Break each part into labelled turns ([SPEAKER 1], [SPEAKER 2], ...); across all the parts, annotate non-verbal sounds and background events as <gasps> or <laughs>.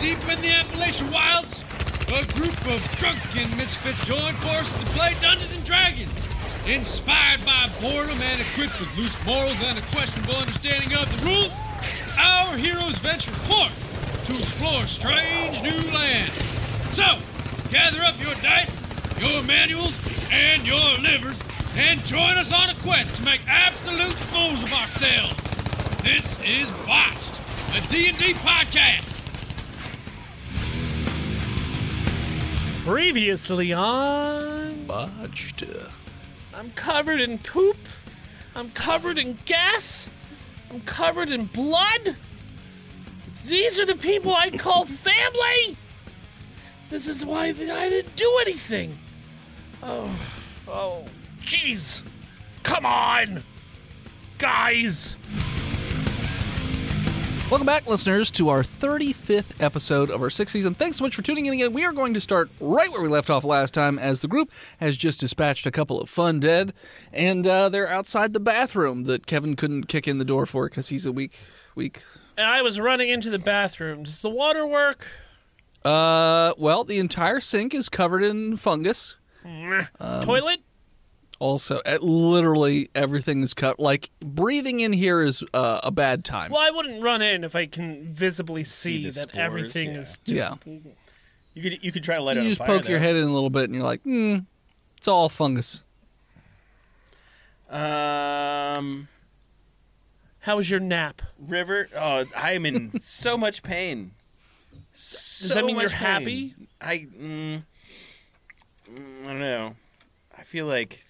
[SPEAKER 1] Deep in the Appalachian wilds, a group of drunken misfits join forces to play Dungeons and Dragons. Inspired by boredom and equipped with loose morals and a questionable understanding of the rules, our heroes venture forth to explore strange new lands. So, gather up your dice, your manuals, and your livers, and join us on a quest to make absolute fools of ourselves. This is Botched, a D&D podcast.
[SPEAKER 2] Previously on.
[SPEAKER 3] botched.
[SPEAKER 2] I'm covered in poop. I'm covered in gas. I'm covered in blood. These are the people I call family. This is why th- I didn't do anything. Oh, oh, jeez. Come on, guys.
[SPEAKER 3] Welcome back, listeners, to our 35th episode of our sixth season. Thanks so much for tuning in again. We are going to start right where we left off last time, as the group has just dispatched a couple of fun dead, and uh, they're outside the bathroom that Kevin couldn't kick in the door for because he's a weak, weak.
[SPEAKER 2] And I was running into the bathroom. Does the water work?
[SPEAKER 3] Uh, well, the entire sink is covered in fungus. Um,
[SPEAKER 2] Toilet?
[SPEAKER 3] Also, uh, literally everything is cut. Like breathing in here is uh, a bad time.
[SPEAKER 2] Well, I wouldn't run in if I can visibly see,
[SPEAKER 4] the
[SPEAKER 2] that
[SPEAKER 4] spores,
[SPEAKER 2] everything
[SPEAKER 4] yeah.
[SPEAKER 2] is
[SPEAKER 3] yeah.
[SPEAKER 4] You could you could try to light it
[SPEAKER 3] you
[SPEAKER 4] on
[SPEAKER 3] just
[SPEAKER 4] fire.
[SPEAKER 3] poke
[SPEAKER 4] though.
[SPEAKER 3] your head in a little bit and you're like, hmm, it's all fungus.
[SPEAKER 4] Um,
[SPEAKER 2] How was your nap?
[SPEAKER 4] River. Oh, I am in <laughs> so much pain. So
[SPEAKER 2] Does that mean
[SPEAKER 4] much
[SPEAKER 2] you're
[SPEAKER 4] pain.
[SPEAKER 2] happy?
[SPEAKER 4] I mm, mm, I don't know. I feel like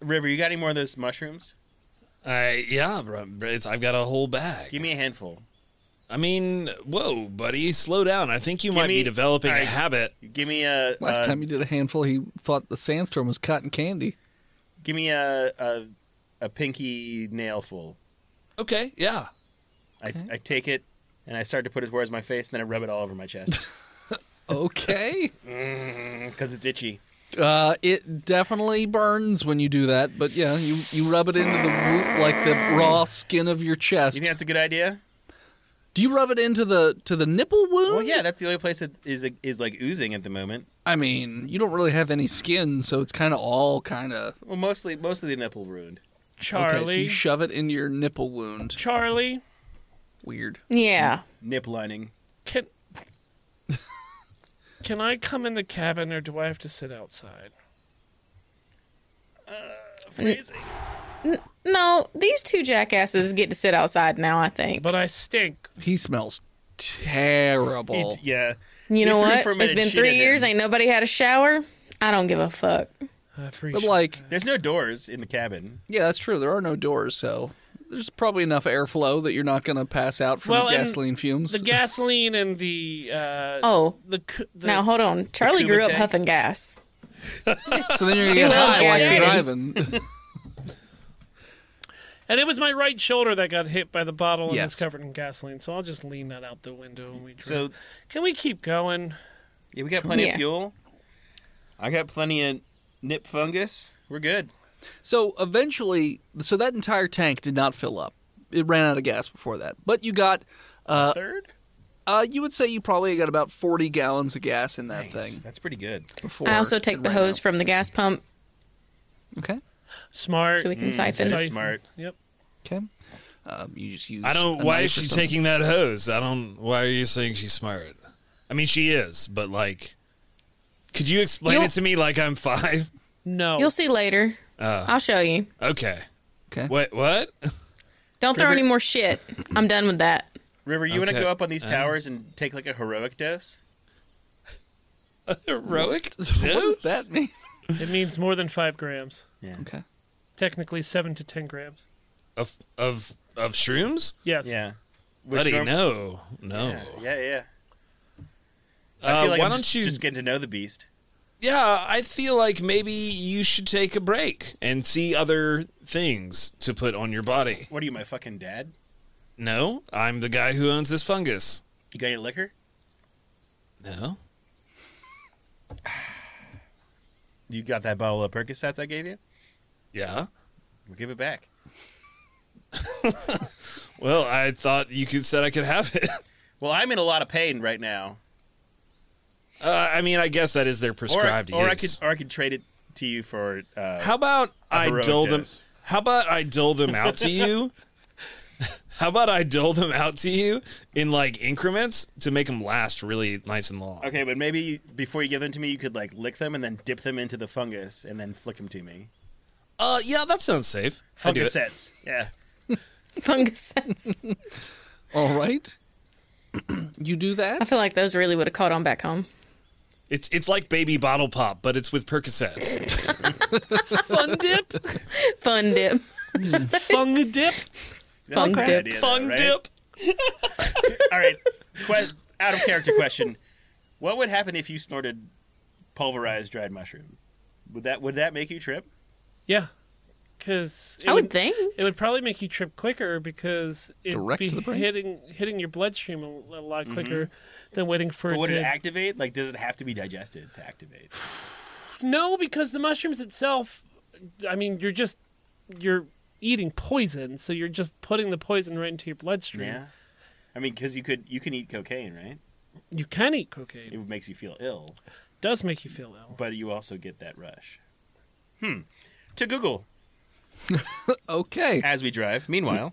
[SPEAKER 4] River. You got any more of those mushrooms?
[SPEAKER 5] I yeah, bro. It's, I've got a whole bag.
[SPEAKER 4] Give me a handful.
[SPEAKER 5] I mean, whoa, buddy, slow down. I think you might
[SPEAKER 4] me-
[SPEAKER 5] be developing
[SPEAKER 4] I-
[SPEAKER 5] a habit.
[SPEAKER 4] Give me a
[SPEAKER 3] Last
[SPEAKER 4] uh,
[SPEAKER 3] time he did a handful, he thought the sandstorm was cotton candy.
[SPEAKER 4] Give me a a, a pinky nail full.
[SPEAKER 5] Okay, yeah.
[SPEAKER 4] I, I take it and I start to put it towards my face, and then I rub it all over my chest
[SPEAKER 3] <laughs> Okay.
[SPEAKER 4] because it's itchy.
[SPEAKER 3] <laughs> uh, it definitely burns when you do that, but yeah, you, you rub it into the wo- like the raw skin of your
[SPEAKER 4] You
[SPEAKER 3] chest.
[SPEAKER 4] think that's a good idea?
[SPEAKER 3] do you rub it into the to the nipple wound?
[SPEAKER 4] Well, yeah, that's the only place that is is like oozing at the moment.
[SPEAKER 3] I mean, you don't really have any skin, so it's kind of all kind of
[SPEAKER 4] Well, mostly mostly the nipple ruined.
[SPEAKER 2] Charlie.
[SPEAKER 3] okay. So you shove it in your nipple wound.
[SPEAKER 2] Charlie,
[SPEAKER 3] Weird.
[SPEAKER 6] Yeah.
[SPEAKER 4] Nip lining.
[SPEAKER 3] <laughs>
[SPEAKER 2] can can I come in the cabin or do I have to sit outside?
[SPEAKER 4] Freezing.
[SPEAKER 6] No, these two jackasses get to sit outside now, I think.
[SPEAKER 2] But I stink.
[SPEAKER 3] He smells terrible.
[SPEAKER 4] yeah.
[SPEAKER 6] you know
[SPEAKER 4] If you're
[SPEAKER 6] what?
[SPEAKER 4] from
[SPEAKER 6] It's
[SPEAKER 4] it,
[SPEAKER 6] been
[SPEAKER 4] shit
[SPEAKER 6] three
[SPEAKER 4] in
[SPEAKER 6] years,
[SPEAKER 4] him.
[SPEAKER 6] ain't nobody had a shower. I don't give a fuck.
[SPEAKER 2] I appreciate
[SPEAKER 3] But like,
[SPEAKER 4] There's no doors in the cabin.
[SPEAKER 3] Yeah, that's true. There are no doors, so there's probably enough airflow that you're not going to pass out from
[SPEAKER 2] Well, and
[SPEAKER 3] gasoline fumes.
[SPEAKER 2] the gasoline and the uh
[SPEAKER 6] Oh,
[SPEAKER 2] the c- the
[SPEAKER 6] now hold on. Charlie grew up
[SPEAKER 4] Kumite?
[SPEAKER 6] huffing gas.
[SPEAKER 3] so then you're going to
[SPEAKER 6] He
[SPEAKER 3] get
[SPEAKER 6] loves
[SPEAKER 3] high while you're
[SPEAKER 6] gas
[SPEAKER 3] driving.
[SPEAKER 2] and it was my right shoulder that got hit by the bottle and
[SPEAKER 3] Yes.
[SPEAKER 2] was covered in gasoline, so I'll just lean that out the window and we drink.
[SPEAKER 4] So
[SPEAKER 2] can we keep going?
[SPEAKER 4] yeah, we got plenty
[SPEAKER 6] Yeah.
[SPEAKER 4] of fuel. I got plenty of nip fungus. We're good.
[SPEAKER 3] <laughs> so eventually, so that entire tank did not fill up. It ran out of gas before that. But you got, uh,
[SPEAKER 4] Third.
[SPEAKER 3] uh, you would say you probably got about 40 gallons of gas in that thing
[SPEAKER 4] That's pretty good.
[SPEAKER 3] before.
[SPEAKER 6] I also
[SPEAKER 3] it
[SPEAKER 6] take the
[SPEAKER 3] ran out.
[SPEAKER 6] hose from the gas pump
[SPEAKER 3] Okay.
[SPEAKER 2] Smart. Mm,
[SPEAKER 6] so we can
[SPEAKER 4] That's
[SPEAKER 6] siphon.
[SPEAKER 2] Siphon.
[SPEAKER 4] smart.
[SPEAKER 2] Yep.
[SPEAKER 3] Okay. Um, you just use.
[SPEAKER 5] I don't.
[SPEAKER 3] a
[SPEAKER 5] Why
[SPEAKER 3] knife
[SPEAKER 5] is
[SPEAKER 3] or
[SPEAKER 5] she
[SPEAKER 3] something.
[SPEAKER 5] taking that hose? I don't. Why are you saying she's smart? I mean, she is, but like, could you explain
[SPEAKER 6] You'll-
[SPEAKER 5] it to me like I'm five? <laughs>
[SPEAKER 2] No.
[SPEAKER 6] You'll see later.
[SPEAKER 5] Uh,
[SPEAKER 6] I'll show you.
[SPEAKER 5] okay.
[SPEAKER 3] Okay.
[SPEAKER 5] Wait,
[SPEAKER 4] <laughs>
[SPEAKER 5] what? <laughs>
[SPEAKER 6] Don't throw
[SPEAKER 4] River-
[SPEAKER 6] any more shit. I'm done with that. <laughs>
[SPEAKER 4] River, you want to
[SPEAKER 5] Okay.
[SPEAKER 4] go up on these towers and take like a heroic dose?
[SPEAKER 5] Heroic?
[SPEAKER 3] What does that mean?
[SPEAKER 2] It means more than five grams.
[SPEAKER 4] Yeah.
[SPEAKER 3] Okay.
[SPEAKER 2] Technically seven to ten grams.
[SPEAKER 5] of of of shrooms?
[SPEAKER 2] Yes.
[SPEAKER 4] Yeah. Which
[SPEAKER 5] Buddy,
[SPEAKER 4] norm-
[SPEAKER 5] no, no.
[SPEAKER 4] Yeah, yeah. yeah. I
[SPEAKER 5] Uh,
[SPEAKER 4] feel like
[SPEAKER 5] why
[SPEAKER 4] I'm
[SPEAKER 5] don't
[SPEAKER 4] just,
[SPEAKER 5] you
[SPEAKER 4] just getting to know the beast?
[SPEAKER 5] Yeah, I feel like maybe you should take a break and see other things to put on your body.
[SPEAKER 4] What are you, my fucking dad?
[SPEAKER 5] No, I'm the guy who owns this fungus.
[SPEAKER 4] You got any liquor?
[SPEAKER 5] No.
[SPEAKER 4] You got that bottle of Percocets I gave you?
[SPEAKER 5] Yeah.
[SPEAKER 4] We'll give it back.
[SPEAKER 5] Well, I thought you could said I could have it. <laughs>
[SPEAKER 4] Well, I'm in a lot of pain right now.
[SPEAKER 5] Uh, I mean, I guess that is their
[SPEAKER 4] Or,
[SPEAKER 5] prescribed
[SPEAKER 4] or I could
[SPEAKER 5] use.
[SPEAKER 4] or I could trade it to you for uh,
[SPEAKER 5] How about I
[SPEAKER 4] heroic
[SPEAKER 5] dole them?
[SPEAKER 4] dose.
[SPEAKER 5] How about I dole them out to <laughs> you? How about I dole them out to you in like increments to make them last really nice and long?
[SPEAKER 4] Okay, but maybe you- before you give them to me, you could like lick them and then dip them into the fungus and then flick them to me.
[SPEAKER 5] Uh, yeah, that sounds safe. I'll do
[SPEAKER 4] Fungus
[SPEAKER 5] it.
[SPEAKER 4] sets. Yeah.
[SPEAKER 6] Fungus sense.
[SPEAKER 3] All right. <clears throat> you do
[SPEAKER 6] I
[SPEAKER 3] that.
[SPEAKER 6] feel like those really would have caught on back home.
[SPEAKER 5] It's it's like baby bottle pop, but it's with Percocets.
[SPEAKER 2] Fun dip,
[SPEAKER 6] <laughs> Fun dip.
[SPEAKER 2] fung dip.
[SPEAKER 4] That's
[SPEAKER 6] Fung
[SPEAKER 4] a good
[SPEAKER 6] dip.
[SPEAKER 4] idea, though,
[SPEAKER 5] Fun
[SPEAKER 4] right?
[SPEAKER 5] dip.
[SPEAKER 4] <laughs> All right. Que- out of character question. What would happen if you snorted pulverized dried mushroom? Would that would that make you trip?
[SPEAKER 2] Yeah, because
[SPEAKER 6] I would think.
[SPEAKER 2] It would probably make you trip quicker because it'd
[SPEAKER 3] Direct
[SPEAKER 2] be
[SPEAKER 3] to the brain?
[SPEAKER 2] hitting hitting your bloodstream a, a lot quicker than waiting for
[SPEAKER 4] But
[SPEAKER 2] it
[SPEAKER 4] would
[SPEAKER 2] to.
[SPEAKER 4] it activate? Like, does it have to be digested to activate?
[SPEAKER 2] no, because the mushrooms itself, I mean, you're just you're eating poison, so you're just putting the poison right into your bloodstream.
[SPEAKER 4] Yeah. I mean, because you could you can eat cocaine, right?
[SPEAKER 2] You can eat cocaine.
[SPEAKER 4] It makes you feel ill,
[SPEAKER 2] It does make you feel ill.
[SPEAKER 4] but you also get that rush. Hmm. To Google
[SPEAKER 3] Okay.
[SPEAKER 4] as we drive. Meanwhile.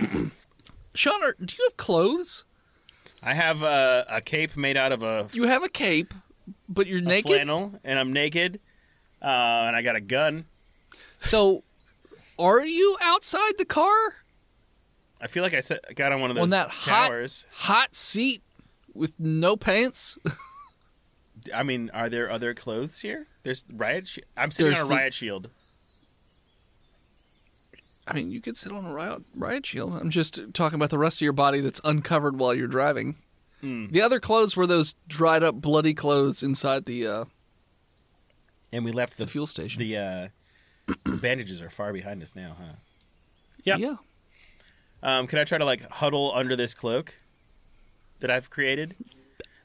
[SPEAKER 3] Sean, are, do you have clothes?
[SPEAKER 4] I have a, a cape made out of a,
[SPEAKER 3] You have a cape, but you're
[SPEAKER 4] a
[SPEAKER 3] naked.
[SPEAKER 4] flannel, and I'm naked, uh, and I got a gun.
[SPEAKER 3] So, are you outside the car
[SPEAKER 4] I feel like I se- got on one of those
[SPEAKER 3] on that hot
[SPEAKER 4] towers.
[SPEAKER 3] hot seat with no pants? <laughs>
[SPEAKER 4] I mean, are there other clothes here? There's riot. Sh- I'm sitting
[SPEAKER 3] There's
[SPEAKER 4] on a
[SPEAKER 3] the-
[SPEAKER 4] riot shield.
[SPEAKER 3] I mean, you could sit on a riot, riot shield. I'm just talking about the rest of your body that's uncovered while you're driving.
[SPEAKER 4] Hmm.
[SPEAKER 3] The other clothes were those dried up, bloody clothes inside the uh,
[SPEAKER 4] And we left the
[SPEAKER 3] the fuel station.
[SPEAKER 4] The uh, <coughs> the bandages are far behind us now, huh?
[SPEAKER 2] Yeah.
[SPEAKER 3] Yeah.
[SPEAKER 4] Um, can I try to like huddle under this cloak that I've created?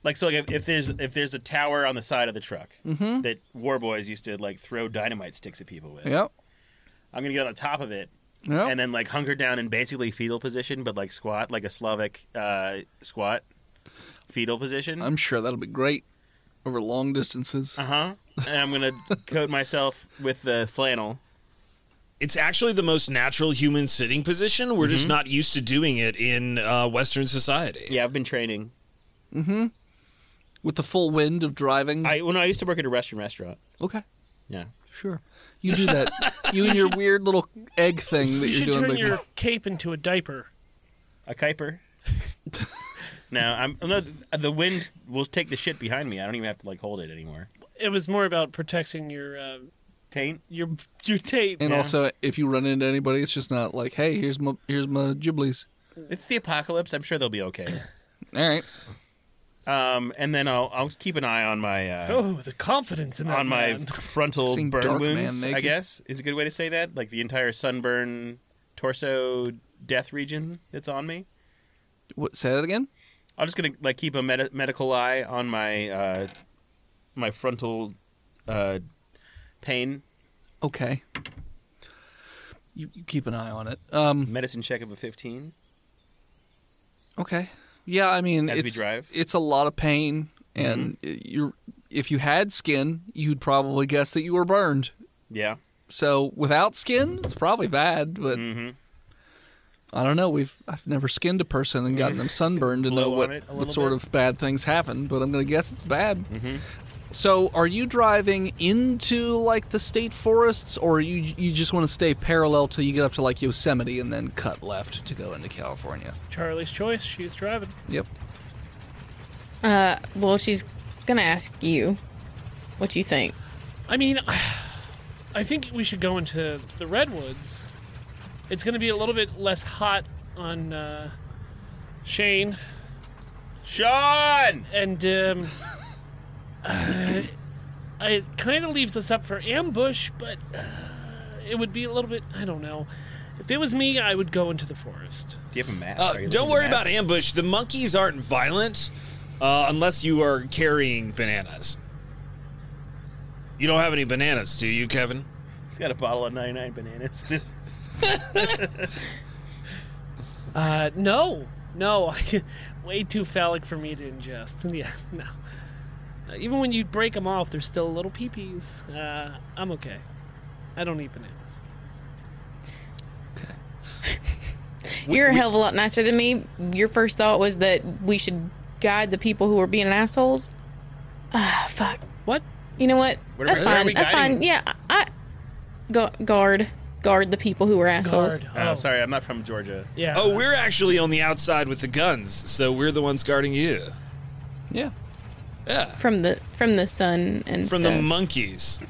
[SPEAKER 4] Like so, like if, if there's if there's a tower on the side of the truck that war boys used to like throw dynamite sticks at people with,
[SPEAKER 3] Mm-hmm. Yep.
[SPEAKER 4] I'm gonna get on the top of it
[SPEAKER 3] Yep.
[SPEAKER 4] and then like hunker down in basically fetal position, but like squat, like a Slavic uh, squat, fetal position.
[SPEAKER 3] I'm sure that'll be great over long distances.
[SPEAKER 4] Uh huh. And I'm gonna coat myself with the flannel.
[SPEAKER 5] It's actually the most natural human sitting position. We're just not used to doing it in uh, Western society.
[SPEAKER 4] Mm-hmm. Yeah, I've been training.
[SPEAKER 3] With the full wind of driving.
[SPEAKER 4] I when I used to work at a Russian restaurant.
[SPEAKER 3] okay.
[SPEAKER 4] Yeah.
[SPEAKER 3] Sure. You
[SPEAKER 2] <laughs>
[SPEAKER 3] do that. you and your weird little egg thing that
[SPEAKER 2] You
[SPEAKER 3] are
[SPEAKER 2] should
[SPEAKER 3] doing.
[SPEAKER 2] turn
[SPEAKER 3] big- <laughs>
[SPEAKER 2] your cape into a diaper.
[SPEAKER 4] A Kuiper. no, I'm no. The wind will take the shit behind me. I don't even have to like hold it anymore.
[SPEAKER 2] It was more about protecting your uh,
[SPEAKER 4] Taint.
[SPEAKER 2] your your tape.
[SPEAKER 3] And
[SPEAKER 4] Yeah.
[SPEAKER 3] also, if you run into anybody, it's just not like, hey, here's my here's my gibblies.
[SPEAKER 4] It's the apocalypse. I'm sure they'll be okay.
[SPEAKER 3] All right.
[SPEAKER 4] Um, and then I'll I'll keep an eye on my uh,
[SPEAKER 2] Oh, the confidence in that
[SPEAKER 4] on my
[SPEAKER 2] man.
[SPEAKER 4] frontal
[SPEAKER 3] Seeing
[SPEAKER 4] burn
[SPEAKER 3] dark man
[SPEAKER 4] wounds. I
[SPEAKER 3] naked.
[SPEAKER 4] guess is a good way to say that. Like the entire sunburn, torso, death region that's on me.
[SPEAKER 3] What? Say that again.
[SPEAKER 4] I'm just gonna like keep a medi medical eye on my uh, my frontal uh, pain.
[SPEAKER 3] Okay. You, you keep an eye on it. Um.
[SPEAKER 4] Medicine check of a 15.
[SPEAKER 3] Okay. Yeah. I mean,
[SPEAKER 4] As we
[SPEAKER 3] it's
[SPEAKER 4] drive.
[SPEAKER 3] it's a lot of pain, and you're if you had skin, you'd probably guess that you were burned.
[SPEAKER 4] Yeah.
[SPEAKER 3] So without skin, it's probably bad. But
[SPEAKER 4] Mm-hmm.
[SPEAKER 3] I don't know. We've I've never skinned a person and
[SPEAKER 4] <laughs>
[SPEAKER 3] gotten them sunburned to know
[SPEAKER 4] Blow on
[SPEAKER 3] what
[SPEAKER 4] it a
[SPEAKER 3] what
[SPEAKER 4] little
[SPEAKER 3] sort
[SPEAKER 4] bit. Mm-hmm.
[SPEAKER 3] of bad things happen. But I'm gonna guess it's bad. So, are you driving into like the state forests, or you you just want to stay parallel till you get up to like Yosemite and then cut left to go into California?
[SPEAKER 2] Charlie's choice. She's driving.
[SPEAKER 3] Yep.
[SPEAKER 6] Uh, well, she's gonna ask you what you think.
[SPEAKER 2] I mean, <sighs> I think we should go into the redwoods. It's going to be a little bit less hot on uh, Shane,
[SPEAKER 4] Sean!
[SPEAKER 2] and um, uh, it kind of leaves us up for ambush. But uh, it would be a little bit. I don't know. If it was me, I would go into the forest.
[SPEAKER 4] Do you have a map?
[SPEAKER 5] Uh,
[SPEAKER 4] Are you
[SPEAKER 5] don't
[SPEAKER 4] looking
[SPEAKER 5] worry
[SPEAKER 4] at map?
[SPEAKER 5] about ambush. The monkeys aren't violent uh, unless you are carrying bananas. You don't have any bananas, do you, Kevin?
[SPEAKER 4] He's got a bottle of 99 bananas.
[SPEAKER 2] Uh, <laughs> no, no, way too phallic for me to ingest. Yeah, no. Uh, even when you break them off, they're still little peepees. Uh, I'm okay. I don't eat bananas.
[SPEAKER 6] You're a hell of a lot nicer than me. Your first thought was that we should guide the people who are being assholes. Ah, fuck.
[SPEAKER 2] What?
[SPEAKER 6] You know what?
[SPEAKER 4] What are-
[SPEAKER 6] That's
[SPEAKER 4] what are
[SPEAKER 6] fine.
[SPEAKER 4] we
[SPEAKER 6] That's
[SPEAKER 4] guiding?
[SPEAKER 6] fine. Yeah, I go, guard guard the people who are assholes.
[SPEAKER 2] Guard.
[SPEAKER 4] Oh, sorry, I'm not from Georgia.
[SPEAKER 2] Yeah.
[SPEAKER 5] Oh, we're actually on the outside with the guns, so we're the ones guarding you.
[SPEAKER 4] <laughs>
[SPEAKER 3] Yeah.
[SPEAKER 5] Yeah.
[SPEAKER 6] From the from the sun and
[SPEAKER 5] From
[SPEAKER 6] stuff.
[SPEAKER 4] <laughs>
[SPEAKER 5] the monkeys.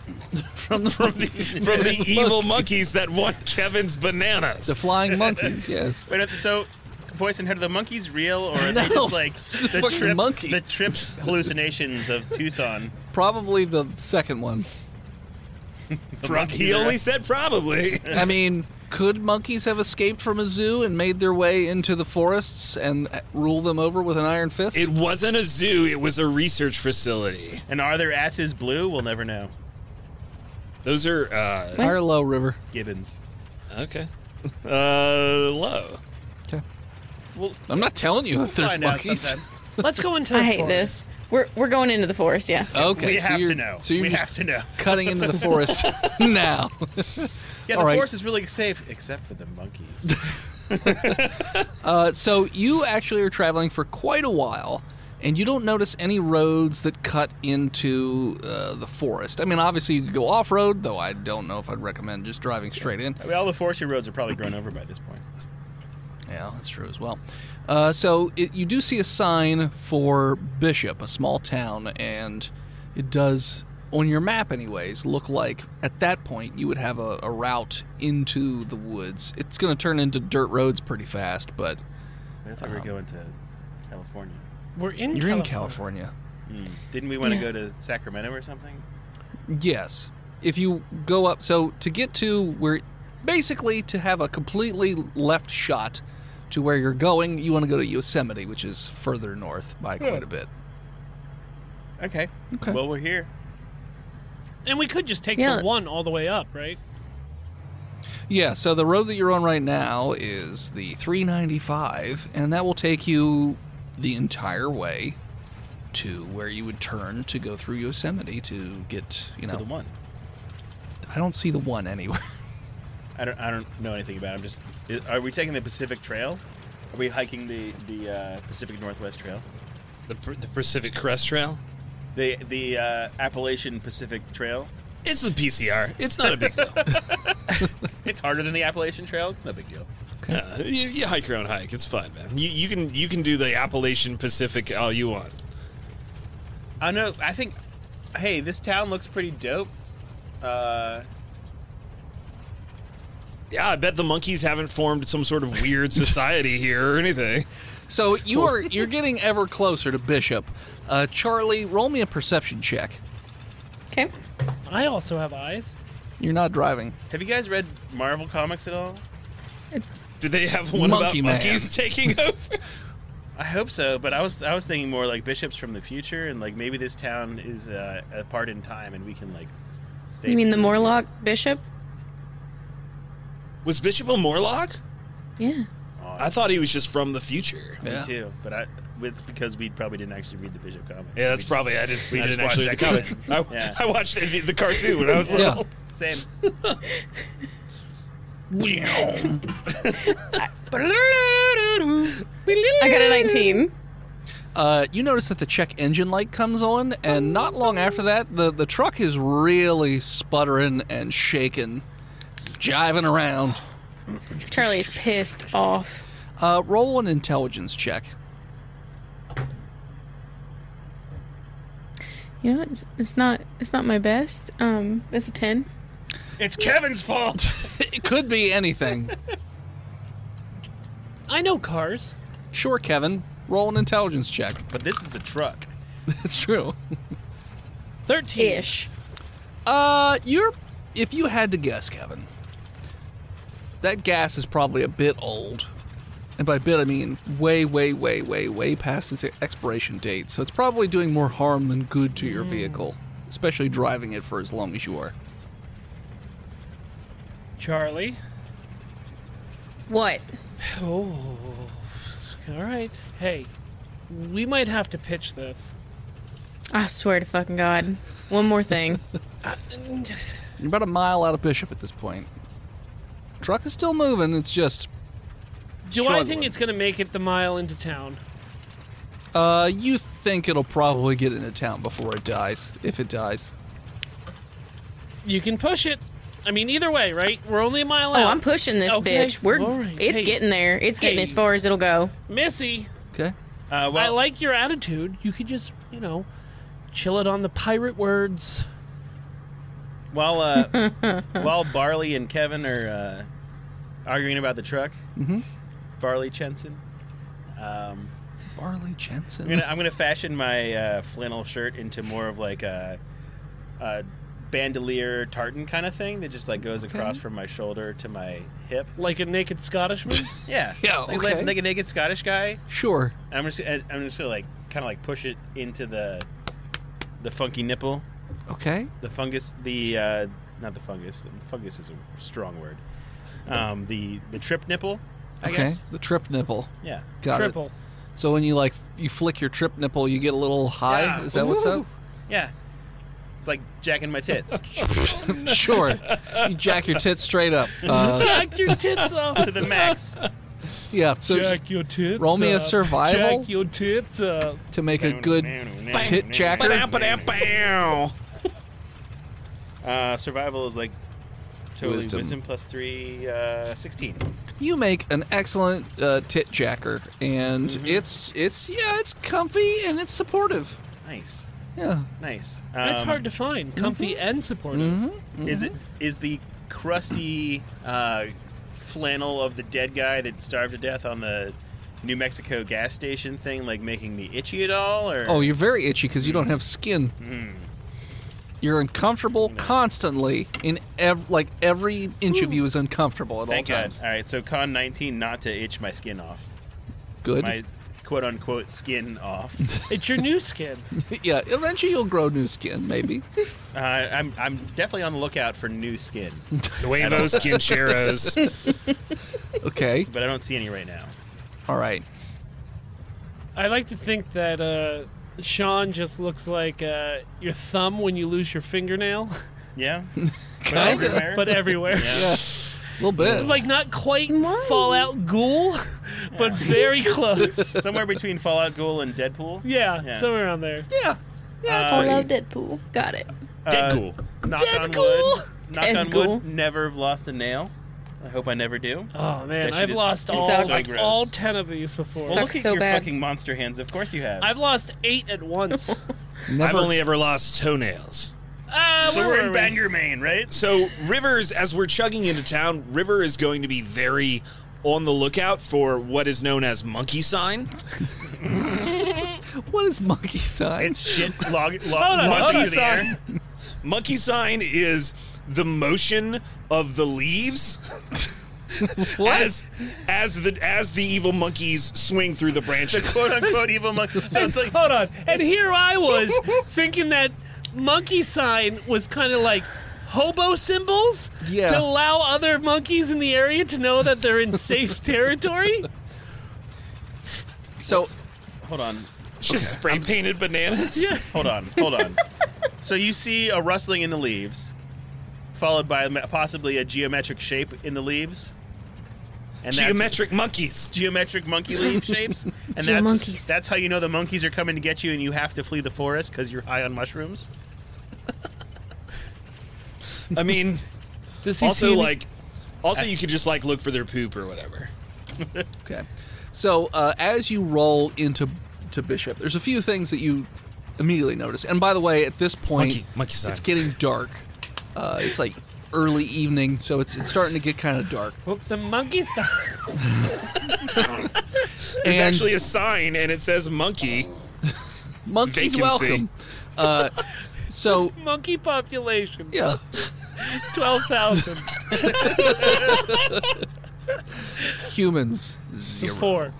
[SPEAKER 3] From <laughs> the,
[SPEAKER 5] From the, from the evil monkeys that want Kevin's bananas.
[SPEAKER 3] the flying
[SPEAKER 4] <laughs>
[SPEAKER 3] monkeys, yes.
[SPEAKER 4] Wait, so voice and head of the monkeys real, or
[SPEAKER 3] <laughs>
[SPEAKER 4] are they
[SPEAKER 3] No.
[SPEAKER 4] just like the
[SPEAKER 3] fucking
[SPEAKER 4] trip,
[SPEAKER 3] monkey.
[SPEAKER 4] the trip hallucinations of Tucson?
[SPEAKER 3] Probably the second one.
[SPEAKER 4] The
[SPEAKER 5] Pro-
[SPEAKER 4] monkeys
[SPEAKER 5] he
[SPEAKER 4] are-
[SPEAKER 5] only said probably.
[SPEAKER 3] I mean, could monkeys have escaped from a zoo and made their way into the forests and rule them over with an iron fist?
[SPEAKER 5] It wasn't a zoo, it was a research facility.
[SPEAKER 4] and are their asses blue? We'll never know.
[SPEAKER 5] Those are uh
[SPEAKER 3] High or low river?
[SPEAKER 4] Gibbons.
[SPEAKER 5] okay. Uh low.
[SPEAKER 3] Okay.
[SPEAKER 4] Well,
[SPEAKER 3] I'm not telling you if there's
[SPEAKER 4] find out
[SPEAKER 3] monkeys.
[SPEAKER 4] sometime.
[SPEAKER 2] Let's go
[SPEAKER 6] <laughs>
[SPEAKER 2] into. The
[SPEAKER 6] I hate
[SPEAKER 2] forest.
[SPEAKER 6] this. We're we're going into the forest. Yeah.
[SPEAKER 3] <laughs> Okay,
[SPEAKER 4] we
[SPEAKER 3] so
[SPEAKER 4] have
[SPEAKER 3] you're,
[SPEAKER 4] to know.
[SPEAKER 3] So you're
[SPEAKER 4] we
[SPEAKER 3] just
[SPEAKER 4] have to know.
[SPEAKER 3] cutting into the
[SPEAKER 4] <laughs>
[SPEAKER 3] forest now.
[SPEAKER 4] Yeah,
[SPEAKER 3] All
[SPEAKER 4] the
[SPEAKER 3] right.
[SPEAKER 4] forest is really safe except for the
[SPEAKER 3] <laughs>
[SPEAKER 4] monkeys.
[SPEAKER 3] Uh, so you actually are traveling for quite a while, and you don't notice any roads that cut into uh, the forest. I mean, obviously you could go off road, though I don't know if I'd recommend just driving straight in.
[SPEAKER 4] I mean, all the forestry roads are probably grown over by this point.
[SPEAKER 3] Yeah, that's true as well. Uh, so it, you do see a sign for Bishop, a small town, and it does, on your map, anyways, look like at that point you would have a, a route into the woods. It's going to turn into dirt roads pretty fast, but
[SPEAKER 4] I thought we were going to California.
[SPEAKER 2] We're in.
[SPEAKER 3] you're in
[SPEAKER 2] California.
[SPEAKER 3] California.
[SPEAKER 4] Didn't we want to go to Sacramento or something?
[SPEAKER 3] Yes. If you go up, so to get to where, basically to have a completely left shot to where you're going, you want to go to Yosemite, which is further north by quite a bit.
[SPEAKER 4] Okay.
[SPEAKER 3] Okay.
[SPEAKER 4] Well, we're here.
[SPEAKER 2] And we could just take
[SPEAKER 6] Yeah.
[SPEAKER 2] the one all the way up, right?
[SPEAKER 3] Yeah, so the road that you're on right now is the 395, and that will take you the entire way to where you would turn to go through Yosemite to get, you
[SPEAKER 4] To the
[SPEAKER 3] know,
[SPEAKER 4] one.
[SPEAKER 3] I don't see the one anywhere. <laughs>
[SPEAKER 4] I don't. I don't know anything about. It. I'm just. i- Are we taking the Pacific Trail? Are we hiking the the uh, Pacific Northwest Trail?
[SPEAKER 5] The, P- the Pacific Crest Trail?
[SPEAKER 4] The the uh, Appalachian Pacific Trail.
[SPEAKER 5] It's the PCR. It's not a big deal.
[SPEAKER 4] It's harder than the Appalachian Trail. It's no big deal.
[SPEAKER 5] Yeah, you, you hike your own hike. It's fine, man. You, you can you can do the Appalachian Pacific all you want.
[SPEAKER 4] I know. I think. Hey, this town looks pretty dope. Uh,
[SPEAKER 5] Yeah, I bet the monkeys haven't formed some sort of weird society here or anything.
[SPEAKER 3] So you are you're getting ever closer to Bishop. Uh, Charlie, roll me a perception check.
[SPEAKER 6] Okay.
[SPEAKER 2] I also have eyes.
[SPEAKER 3] You're not driving.
[SPEAKER 4] have you guys read Marvel comics at all?
[SPEAKER 5] Did they have one
[SPEAKER 3] Monkey
[SPEAKER 5] about
[SPEAKER 3] man.
[SPEAKER 5] monkeys taking over?
[SPEAKER 4] I hope so, but I was I was thinking more like bishops from the future, and like maybe this town is uh, a part in time, and we can like. s- Stay
[SPEAKER 6] You mean the Morlock Bishop?
[SPEAKER 5] Was Bishop a Morlock?
[SPEAKER 6] Yeah.
[SPEAKER 5] I thought he was just from the future.
[SPEAKER 4] Me
[SPEAKER 3] Yeah.
[SPEAKER 4] too, but I, it's because we probably didn't actually read the Bishop comics.
[SPEAKER 5] Yeah,
[SPEAKER 4] We
[SPEAKER 5] that's
[SPEAKER 4] just-
[SPEAKER 5] probably I didn't.
[SPEAKER 4] we
[SPEAKER 5] I
[SPEAKER 4] just
[SPEAKER 5] didn't actually
[SPEAKER 4] watched
[SPEAKER 5] read the comics.
[SPEAKER 4] that
[SPEAKER 5] <laughs> I,
[SPEAKER 4] comic. Yeah.
[SPEAKER 5] I watched the, the cartoon when I was
[SPEAKER 3] Yeah.
[SPEAKER 5] little.
[SPEAKER 4] Same.
[SPEAKER 6] I got a 19.
[SPEAKER 3] Uh, you notice that the check engine light comes on, and not long after that, the, the truck is really sputtering and shaking, jiving around.
[SPEAKER 6] Charlie is pissed off.
[SPEAKER 3] Uh, roll an intelligence check.
[SPEAKER 6] You know, it's, it's not it's not my best. Um, it's a 10.
[SPEAKER 4] It's Kevin's fault.
[SPEAKER 3] <laughs> It could be anything.
[SPEAKER 2] I know cars.
[SPEAKER 3] <laughs> sure, Kevin. Roll an intelligence <laughs> check.
[SPEAKER 4] But this is a truck.
[SPEAKER 3] It's true.
[SPEAKER 2] Thirteen.
[SPEAKER 6] Ish.
[SPEAKER 3] Uh, you're. If you had to guess, Kevin, that gas is probably a bit old. And by bit, I mean way, way, way, way, way past its expiration date. So it's probably doing more harm than good to your vehicle, especially driving it for as long as you are.
[SPEAKER 2] Charlie.
[SPEAKER 6] What?
[SPEAKER 2] Oh. All right. Hey, we might have to pitch this.
[SPEAKER 6] I swear to fucking God. One more thing.
[SPEAKER 3] You're about a mile out of Bishop at this point. Truck is still moving. It's just
[SPEAKER 2] Do I
[SPEAKER 3] Struggling.
[SPEAKER 2] think it's gonna make it the mile into town?
[SPEAKER 3] uh, you think it'll probably get into town before it dies, if it dies.
[SPEAKER 2] You can push it. I mean, either way, right? We're only a mile
[SPEAKER 6] Oh,
[SPEAKER 2] out.
[SPEAKER 6] I'm pushing this
[SPEAKER 2] Okay,
[SPEAKER 6] bitch. We're
[SPEAKER 2] all right.
[SPEAKER 6] it's
[SPEAKER 2] Hey.
[SPEAKER 6] getting there. It's getting
[SPEAKER 2] Hey.
[SPEAKER 6] as far as it'll go.
[SPEAKER 2] Missy,
[SPEAKER 3] Okay.
[SPEAKER 4] Uh, well,
[SPEAKER 2] I like your attitude. You could just, you know, chill it on the pirate words.
[SPEAKER 4] while uh,
[SPEAKER 2] <laughs>
[SPEAKER 4] while Barley and Kevin are uh, arguing about the truck,
[SPEAKER 3] Mm-hmm.
[SPEAKER 4] Barley Chenson, um,
[SPEAKER 3] Barley Jensen.
[SPEAKER 4] I'm gonna I'm gonna fashion my uh, flannel shirt into more of like a, a bandolier tartan kind of thing that just like goes across from my shoulder to my hip.
[SPEAKER 2] Like a naked Scottishman?
[SPEAKER 4] Yeah,
[SPEAKER 3] Yeah,
[SPEAKER 4] Like-
[SPEAKER 3] okay.
[SPEAKER 4] like, like a naked Scottish guy.
[SPEAKER 3] Sure.
[SPEAKER 4] I'm just I'm just gonna like kind of like push it into the the funky nipple,
[SPEAKER 3] Okay.
[SPEAKER 4] the fungus, the uh, not the fungus. Fungus is a strong word. Um, the the trip nipple, I
[SPEAKER 3] okay.
[SPEAKER 4] guess.
[SPEAKER 3] The trip nipple.
[SPEAKER 4] Yeah.
[SPEAKER 3] <laughs> Got
[SPEAKER 2] Triple.
[SPEAKER 3] it. So when you like f- you flick your trip nipple, you get a little high.
[SPEAKER 4] Yeah.
[SPEAKER 3] Is that what's up?
[SPEAKER 4] Yeah. It's like jacking my tits
[SPEAKER 3] <laughs> Sure. You jack your tits straight up.
[SPEAKER 4] <laughs>
[SPEAKER 3] Uh,
[SPEAKER 2] Jack your tits up.
[SPEAKER 4] to the max.
[SPEAKER 3] yeah. So
[SPEAKER 2] your tits.
[SPEAKER 3] Roll me a survival.
[SPEAKER 2] Jack your tits up.
[SPEAKER 3] to make a good tit jacker.
[SPEAKER 5] Ba-da-ba-da-bow.
[SPEAKER 4] Uh, survival is like totally
[SPEAKER 3] Wisdom.
[SPEAKER 4] wisdom, plus three, uh, 16.
[SPEAKER 3] You make an excellent uh, tit jacker, and
[SPEAKER 4] Mm-hmm.
[SPEAKER 3] it's it's yeah, it's comfy and it's supportive.
[SPEAKER 4] Nice.
[SPEAKER 3] Yeah,
[SPEAKER 4] Nice. Um,
[SPEAKER 2] That's hard to find. Comfy and supportive.
[SPEAKER 4] Is it
[SPEAKER 3] Mm-hmm.
[SPEAKER 4] is the crusty uh, flannel of the dead guy that starved to death on the New Mexico gas station thing like making me itchy at all? Or
[SPEAKER 3] Oh, you're very itchy because you don't have skin.
[SPEAKER 4] Mm-hmm.
[SPEAKER 3] You're uncomfortable constantly. In ev- like every inch of you is uncomfortable at
[SPEAKER 4] thank
[SPEAKER 3] all
[SPEAKER 4] God.
[SPEAKER 3] times.
[SPEAKER 4] All right, so con 19 not to itch my skin off,
[SPEAKER 3] Good.
[SPEAKER 4] my quote unquote skin off.
[SPEAKER 2] It's your new skin.
[SPEAKER 3] <laughs> yeah. Eventually, you'll grow new skin. Maybe.
[SPEAKER 4] <laughs> uh, I'm I'm definitely on the lookout for
[SPEAKER 3] <laughs>
[SPEAKER 4] new skin,
[SPEAKER 5] Nuevo <laughs> Skincheros.
[SPEAKER 3] okay.
[SPEAKER 4] but I don't see any right now.
[SPEAKER 3] All right.
[SPEAKER 2] I like to think that uh, Sean just looks like uh, your thumb when you lose your fingernail,
[SPEAKER 3] <laughs>
[SPEAKER 4] Yeah, but
[SPEAKER 3] Kinda,
[SPEAKER 4] everywhere.
[SPEAKER 2] but everywhere.
[SPEAKER 3] <laughs>
[SPEAKER 4] yeah.
[SPEAKER 3] A little
[SPEAKER 2] <laughs>
[SPEAKER 3] bit.
[SPEAKER 2] Like not quite Fallout Ghoul, <laughs> but very
[SPEAKER 4] <laughs>
[SPEAKER 2] close.
[SPEAKER 4] somewhere between Fallout Ghoul and Deadpool.
[SPEAKER 2] yeah,
[SPEAKER 4] Yeah.
[SPEAKER 2] somewhere around there.
[SPEAKER 3] yeah. Yeah. That's
[SPEAKER 4] Uh,
[SPEAKER 3] pretty-
[SPEAKER 6] Deadpool. Got it.
[SPEAKER 4] Uh,
[SPEAKER 5] Deadpool.
[SPEAKER 4] Knock
[SPEAKER 6] Deadpool.
[SPEAKER 4] on wood. Knock on
[SPEAKER 6] Deadpool.
[SPEAKER 4] wood. Never have lost a nail. I hope I never do.
[SPEAKER 2] Oh man,
[SPEAKER 4] That
[SPEAKER 2] I've
[SPEAKER 4] shit is
[SPEAKER 2] lost
[SPEAKER 4] so
[SPEAKER 2] all
[SPEAKER 4] gross.
[SPEAKER 2] all ten of these before.
[SPEAKER 4] Well, look
[SPEAKER 6] Sucks
[SPEAKER 4] at
[SPEAKER 6] so
[SPEAKER 4] your
[SPEAKER 6] bad.
[SPEAKER 4] fucking monster hands. Of course you have.
[SPEAKER 2] I've lost eight at once.
[SPEAKER 5] I've
[SPEAKER 3] Never.
[SPEAKER 5] only ever lost toenails.
[SPEAKER 2] uh,
[SPEAKER 4] so
[SPEAKER 2] where
[SPEAKER 4] we're
[SPEAKER 2] were
[SPEAKER 4] in
[SPEAKER 2] we?
[SPEAKER 4] Bangor, Maine, right?
[SPEAKER 5] So Rivers, as we're chugging into town, River is going to be very on the lookout for what is known as monkey sign.
[SPEAKER 3] <laughs> what is monkey sign?
[SPEAKER 4] It's shit. Log, log,
[SPEAKER 5] Oh,
[SPEAKER 2] on, <laughs>
[SPEAKER 4] log
[SPEAKER 2] hold
[SPEAKER 4] through
[SPEAKER 2] on.
[SPEAKER 4] the air.
[SPEAKER 5] <laughs> Monkey sign is the motion of the leaves <laughs>
[SPEAKER 3] what?
[SPEAKER 5] as as the as the evil monkeys swing through the branches.
[SPEAKER 4] Quote unquote evil monkey. <laughs> So it's like
[SPEAKER 2] Hold on. And here I
[SPEAKER 3] <laughs>
[SPEAKER 2] was thinking that monkey sign was kind of like hobo symbols
[SPEAKER 3] Yeah.
[SPEAKER 2] to allow other monkeys in the area to know that they're in safe
[SPEAKER 3] <laughs>
[SPEAKER 2] territory.
[SPEAKER 3] <laughs> so
[SPEAKER 4] hold on,
[SPEAKER 5] Just spray painted bananas.
[SPEAKER 2] Yeah.
[SPEAKER 4] hold on, hold on. <laughs> so you see a rustling in the leaves, followed by a ma- possibly a geometric shape in the leaves. And that's-
[SPEAKER 5] Geometric monkeys.
[SPEAKER 4] geometric monkey
[SPEAKER 6] <laughs>
[SPEAKER 4] leaf shapes, and that's
[SPEAKER 6] Geomonkeys.
[SPEAKER 4] that's how you know the monkeys are coming to get you, and you have to flee the forest because you're high on mushrooms.
[SPEAKER 5] I mean,
[SPEAKER 2] Does he
[SPEAKER 5] also
[SPEAKER 2] see any-
[SPEAKER 5] like also you could just like look for their poop or whatever.
[SPEAKER 3] Okay. So uh, as you roll into to Bishop, there's a few things that you immediately notice. And by the way, at this point,
[SPEAKER 5] Monkey- monkey sign.
[SPEAKER 3] it's getting dark. Uh, it's like early evening, so it's it's starting to get kind of dark.
[SPEAKER 2] Whoop, the monkey sign.
[SPEAKER 5] There's
[SPEAKER 3] and
[SPEAKER 5] actually a sign and it says monkey.
[SPEAKER 3] monkeys
[SPEAKER 5] vacancy.
[SPEAKER 3] welcome. Uh, so
[SPEAKER 2] Monkey population
[SPEAKER 3] <laughs> yeah,
[SPEAKER 2] twelve thousand
[SPEAKER 3] humans zero
[SPEAKER 2] four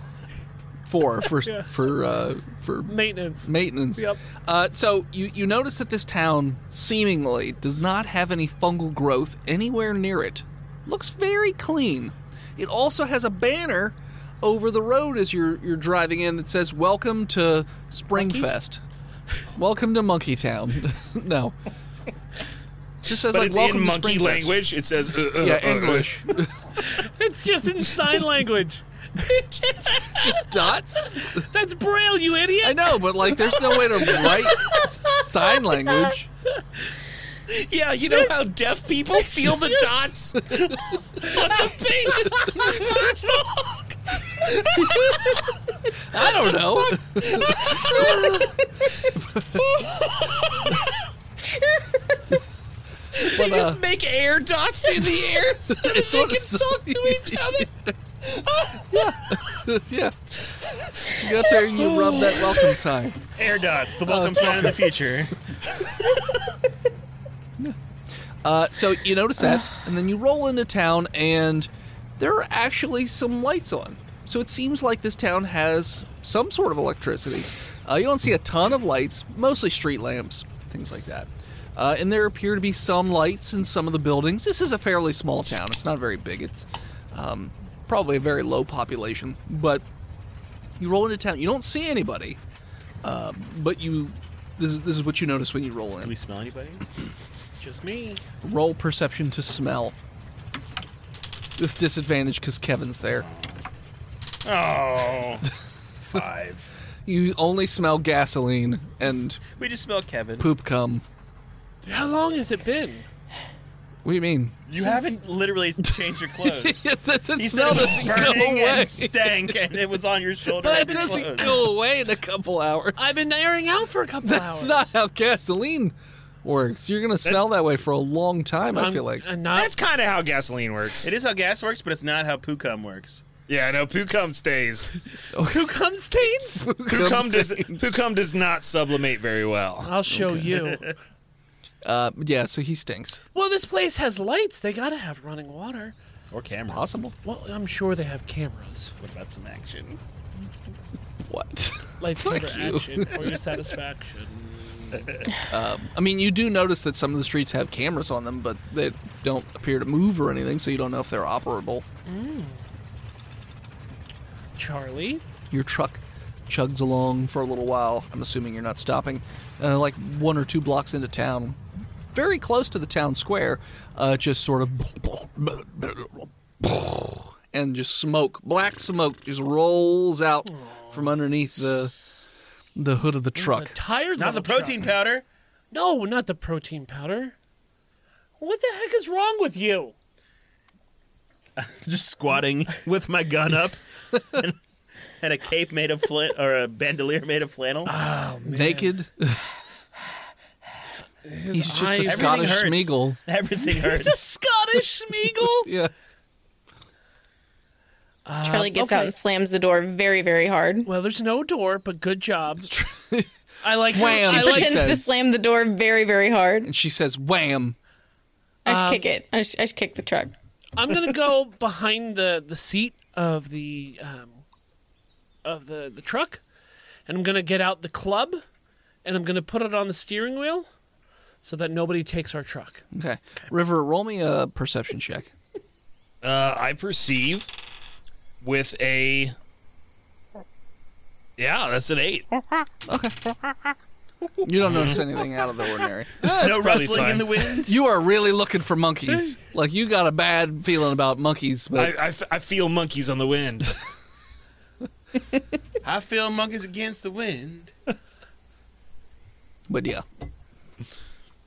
[SPEAKER 3] four for
[SPEAKER 2] Yeah.
[SPEAKER 3] for uh, for
[SPEAKER 2] maintenance.
[SPEAKER 3] maintenance.
[SPEAKER 2] Yep.
[SPEAKER 3] Uh, so you you notice that this town seemingly does not have any fungal growth anywhere near it. Looks very clean. It also has a banner over the road as you're you're driving in that says "Welcome to Springfest." Welcome to Monkey Town. <laughs> no. Just says
[SPEAKER 5] But
[SPEAKER 3] like
[SPEAKER 5] it's
[SPEAKER 3] welcome
[SPEAKER 5] in
[SPEAKER 3] to
[SPEAKER 5] monkey
[SPEAKER 3] Springfest.
[SPEAKER 5] language. It says uh, uh,
[SPEAKER 3] Yeah,
[SPEAKER 5] uh, uh.
[SPEAKER 3] English.
[SPEAKER 5] <laughs>
[SPEAKER 2] It's just in sign
[SPEAKER 3] <laughs>
[SPEAKER 2] language.
[SPEAKER 3] Just dots.
[SPEAKER 2] That's braille, you idiot.
[SPEAKER 3] I know, but like, there's no way to write sign language.
[SPEAKER 5] Yeah, you know how deaf people
[SPEAKER 3] <laughs>
[SPEAKER 5] feel the dots.
[SPEAKER 3] I don't know.
[SPEAKER 5] <laughs> They
[SPEAKER 3] But, uh,
[SPEAKER 5] just make air dots in the
[SPEAKER 3] <laughs>
[SPEAKER 5] air so that
[SPEAKER 3] It's
[SPEAKER 5] they
[SPEAKER 3] what
[SPEAKER 5] can
[SPEAKER 3] it's-
[SPEAKER 5] talk to each other.
[SPEAKER 3] <laughs> yeah. You get up there and you rub that welcome sign.
[SPEAKER 4] Air dots, the welcome sign of the <laughs> future.
[SPEAKER 3] Uh, so you notice that, and then you roll into town, and there are actually some lights on. So it seems like this town has some sort of electricity. Uh, you don't see a ton of lights, mostly street lamps, things like that. Uh, and there appear to be some lights in some of the buildings. This is a fairly small town. It's not very big. It's um, probably a very low population. But you roll into town. You don't see anybody, uh, but you. This is, this is what you notice when you roll in.
[SPEAKER 4] Do we smell anybody? Just me.
[SPEAKER 3] Roll perception to smell. With disadvantage because Kevin's there.
[SPEAKER 4] Oh, five.
[SPEAKER 3] You only smell gasoline and
[SPEAKER 4] We just smell Kevin.
[SPEAKER 3] poop cum.
[SPEAKER 2] How long has it been?
[SPEAKER 3] What do you mean? <laughs>
[SPEAKER 4] You haven't literally changed your clothes.
[SPEAKER 3] Yeah, that that
[SPEAKER 4] You
[SPEAKER 3] smell
[SPEAKER 4] said it
[SPEAKER 3] doesn't
[SPEAKER 4] was
[SPEAKER 3] go
[SPEAKER 4] burning
[SPEAKER 3] away.
[SPEAKER 4] And stank, and it was on your shoulder.
[SPEAKER 3] That
[SPEAKER 4] and your
[SPEAKER 3] doesn't
[SPEAKER 4] clothes.
[SPEAKER 3] go away in a couple hours.
[SPEAKER 2] I've been airing out for a couple
[SPEAKER 3] That's
[SPEAKER 2] hours.
[SPEAKER 3] not how gasoline works. You're gonna smell that way for a long time. I
[SPEAKER 2] I'm-
[SPEAKER 3] feel like.
[SPEAKER 2] I'm not-
[SPEAKER 5] That's kind of how gasoline works.
[SPEAKER 4] It is how gas works, but it's not how poo cum works.
[SPEAKER 5] Yeah, no, poo cum stays.
[SPEAKER 2] who comes teens?
[SPEAKER 5] Poo cum does poo cum does not sublimate very well.
[SPEAKER 2] I'll show you.
[SPEAKER 3] <laughs> Uh, yeah, so he stinks.
[SPEAKER 2] Well, this place has lights. They gotta have running water.
[SPEAKER 4] Or cameras.
[SPEAKER 3] Possible.
[SPEAKER 2] Well, I'm sure they have cameras.
[SPEAKER 4] What about some action?
[SPEAKER 3] What? <laughs>
[SPEAKER 2] Lights for
[SPEAKER 3] you.
[SPEAKER 2] action for your satisfaction.
[SPEAKER 3] I mean, you do notice that some of the streets have cameras on them, but they don't appear to move or anything, so you don't know if they're operable.
[SPEAKER 2] Charlie,
[SPEAKER 3] Your truck chugs along for a little while. I'm assuming you're not stopping. Uh, like one or two blocks into town, very close to the town square, uh, just sort of. And just smoke, black smoke, just rolls out from underneath the the hood of the
[SPEAKER 2] a
[SPEAKER 3] truck.
[SPEAKER 2] tired.
[SPEAKER 4] Not
[SPEAKER 2] little
[SPEAKER 4] the protein
[SPEAKER 2] truck.
[SPEAKER 4] powder.
[SPEAKER 2] No, not the protein powder. What the heck is wrong with you?
[SPEAKER 4] Just squatting <laughs> with my gun up, and, and a cape made of flint or a bandolier made of flannel.
[SPEAKER 3] Naked. He's just a
[SPEAKER 2] eyes-
[SPEAKER 3] Scottish
[SPEAKER 4] Everything hurts.
[SPEAKER 3] Smeagol.
[SPEAKER 4] Everything hurts.
[SPEAKER 2] Scottish Smeagol.
[SPEAKER 3] Yeah.
[SPEAKER 6] Charlie gets out
[SPEAKER 2] okay.
[SPEAKER 6] and slams the door very, very
[SPEAKER 2] <laughs>
[SPEAKER 6] hard.
[SPEAKER 2] Well, there's no door, but good job. I like. how-
[SPEAKER 3] Wham.
[SPEAKER 2] I
[SPEAKER 6] She
[SPEAKER 3] She
[SPEAKER 2] like.
[SPEAKER 6] pretends to
[SPEAKER 3] says-
[SPEAKER 6] slam the door very, very hard.
[SPEAKER 3] And she says, wham.
[SPEAKER 6] I just kick it. I just, I just kick the truck.
[SPEAKER 2] I'm gonna go behind the the seat of the um, of the the truck, and I'm gonna get out the club, and I'm gonna put it on the steering wheel, so that nobody takes our truck.
[SPEAKER 3] Okay. River, roll me a perception check.
[SPEAKER 5] Uh, I perceive with a yeah, that's an eight.
[SPEAKER 3] You don't notice anything out of the ordinary.
[SPEAKER 4] no
[SPEAKER 5] probably
[SPEAKER 4] rustling
[SPEAKER 5] fine.
[SPEAKER 4] in the wind.
[SPEAKER 3] You are really looking for monkeys. Like you got a bad feeling about monkeys,
[SPEAKER 5] I, I
[SPEAKER 3] but
[SPEAKER 5] f- I feel monkeys on the wind.
[SPEAKER 4] I feel monkeys against the wind.
[SPEAKER 3] but yeah.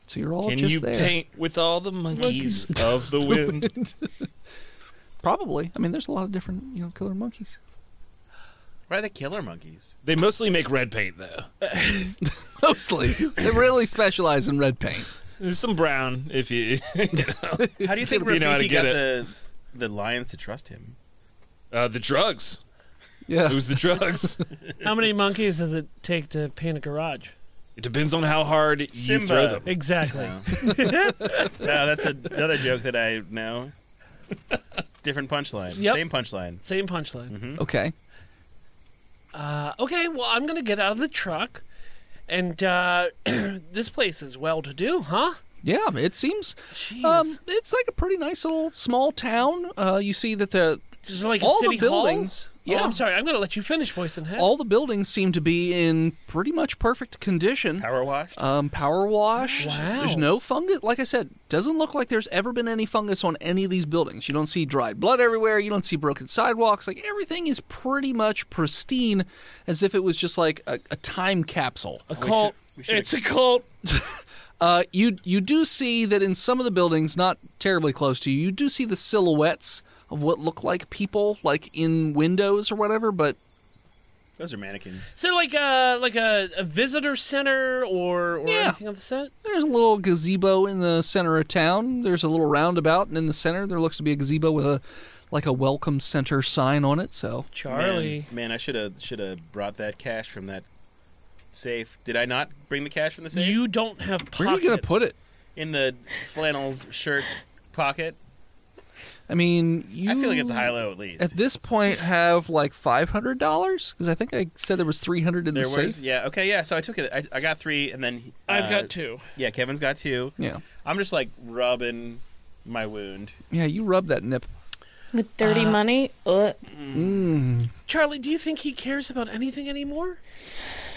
[SPEAKER 3] So you're all
[SPEAKER 5] Can
[SPEAKER 3] just
[SPEAKER 5] you
[SPEAKER 3] there.
[SPEAKER 5] paint with all the monkeys
[SPEAKER 4] <laughs>
[SPEAKER 5] of the wind?
[SPEAKER 3] Probably. I mean, there's a lot of different you know killer monkeys. <laughs>
[SPEAKER 4] Why are they killer monkeys?
[SPEAKER 5] They mostly make red paint though.
[SPEAKER 3] Mostly, they really specialize in red paint.
[SPEAKER 5] There's some brown if you. <laughs>
[SPEAKER 4] How do you think
[SPEAKER 5] You know how to
[SPEAKER 4] Rafiki
[SPEAKER 5] get
[SPEAKER 4] got
[SPEAKER 5] it.
[SPEAKER 4] the the lions to trust him?
[SPEAKER 5] uh, the drugs.
[SPEAKER 3] Yeah.
[SPEAKER 5] It was
[SPEAKER 4] <laughs>
[SPEAKER 5] the drugs.
[SPEAKER 2] How
[SPEAKER 3] <laughs>
[SPEAKER 2] many monkeys does it take to paint a garage?
[SPEAKER 5] it depends on how hard you
[SPEAKER 4] Simba.
[SPEAKER 5] throw them.
[SPEAKER 2] Exactly.
[SPEAKER 4] No, that's another joke that I know. Different punchline.
[SPEAKER 2] Yep.
[SPEAKER 4] Same punchline.
[SPEAKER 2] Same punchline.
[SPEAKER 3] Mm-hmm. okay.
[SPEAKER 2] Uh, okay, well, I'm gonna get out of the truck, and uh, <clears throat> this place is well to do, huh?
[SPEAKER 3] Yeah, it seems.
[SPEAKER 2] Jeez.
[SPEAKER 3] Um, it's like a pretty nice little small town. Uh, you see that the
[SPEAKER 2] Just like a
[SPEAKER 3] All the
[SPEAKER 2] city
[SPEAKER 3] buildings-
[SPEAKER 2] hall.
[SPEAKER 3] yeah.
[SPEAKER 2] Oh, I'm sorry. I'm gonna let you finish, voice and head.
[SPEAKER 3] All the buildings seem to be in pretty much perfect condition.
[SPEAKER 4] Power wash.
[SPEAKER 3] Um, power washed.
[SPEAKER 2] Wow.
[SPEAKER 3] There's no fungus. Like I said, doesn't look like there's ever been any fungus on any of these buildings. You don't see dried blood everywhere. You don't see broken sidewalks. Like everything is pretty much pristine, as if it was just like a, a time capsule.
[SPEAKER 2] cult.
[SPEAKER 4] we should-
[SPEAKER 2] it's a cult.
[SPEAKER 3] Uh, you you do see that in some of the buildings, not terribly close to you, you do see the silhouettes of what look like people, like in windows or whatever. But
[SPEAKER 4] Those are mannequins.
[SPEAKER 2] Is there like a like a, a visitor center or or
[SPEAKER 3] Yeah.
[SPEAKER 2] anything of the set?
[SPEAKER 3] There's a little gazebo in the center of town. There's a little roundabout, and in the center there looks to be a gazebo with a like a welcome center sign on it. So
[SPEAKER 2] Charlie.
[SPEAKER 4] Man, man I should have should have brought that cash from that safe. Did I not bring the cash from the safe?
[SPEAKER 2] You don't have pockets.
[SPEAKER 3] where are you gonna put it?
[SPEAKER 4] in the flannel shirt pocket.
[SPEAKER 3] I mean, you.
[SPEAKER 4] I feel like it's a high low at least.
[SPEAKER 3] At this point, have like five hundred dollars because I think I said there was three hundred in
[SPEAKER 4] there
[SPEAKER 3] the
[SPEAKER 4] was
[SPEAKER 3] safe.
[SPEAKER 4] yeah okay yeah. So I took it. I, I got three, and then
[SPEAKER 2] I've
[SPEAKER 4] uh,
[SPEAKER 2] got two.
[SPEAKER 4] Yeah, Kevin's got two.
[SPEAKER 3] Yeah,
[SPEAKER 4] I'm just like rubbing my wound.
[SPEAKER 3] yeah. You rub that nip.
[SPEAKER 6] With dirty money? Ugh.
[SPEAKER 2] Charlie, do you think he cares about anything anymore?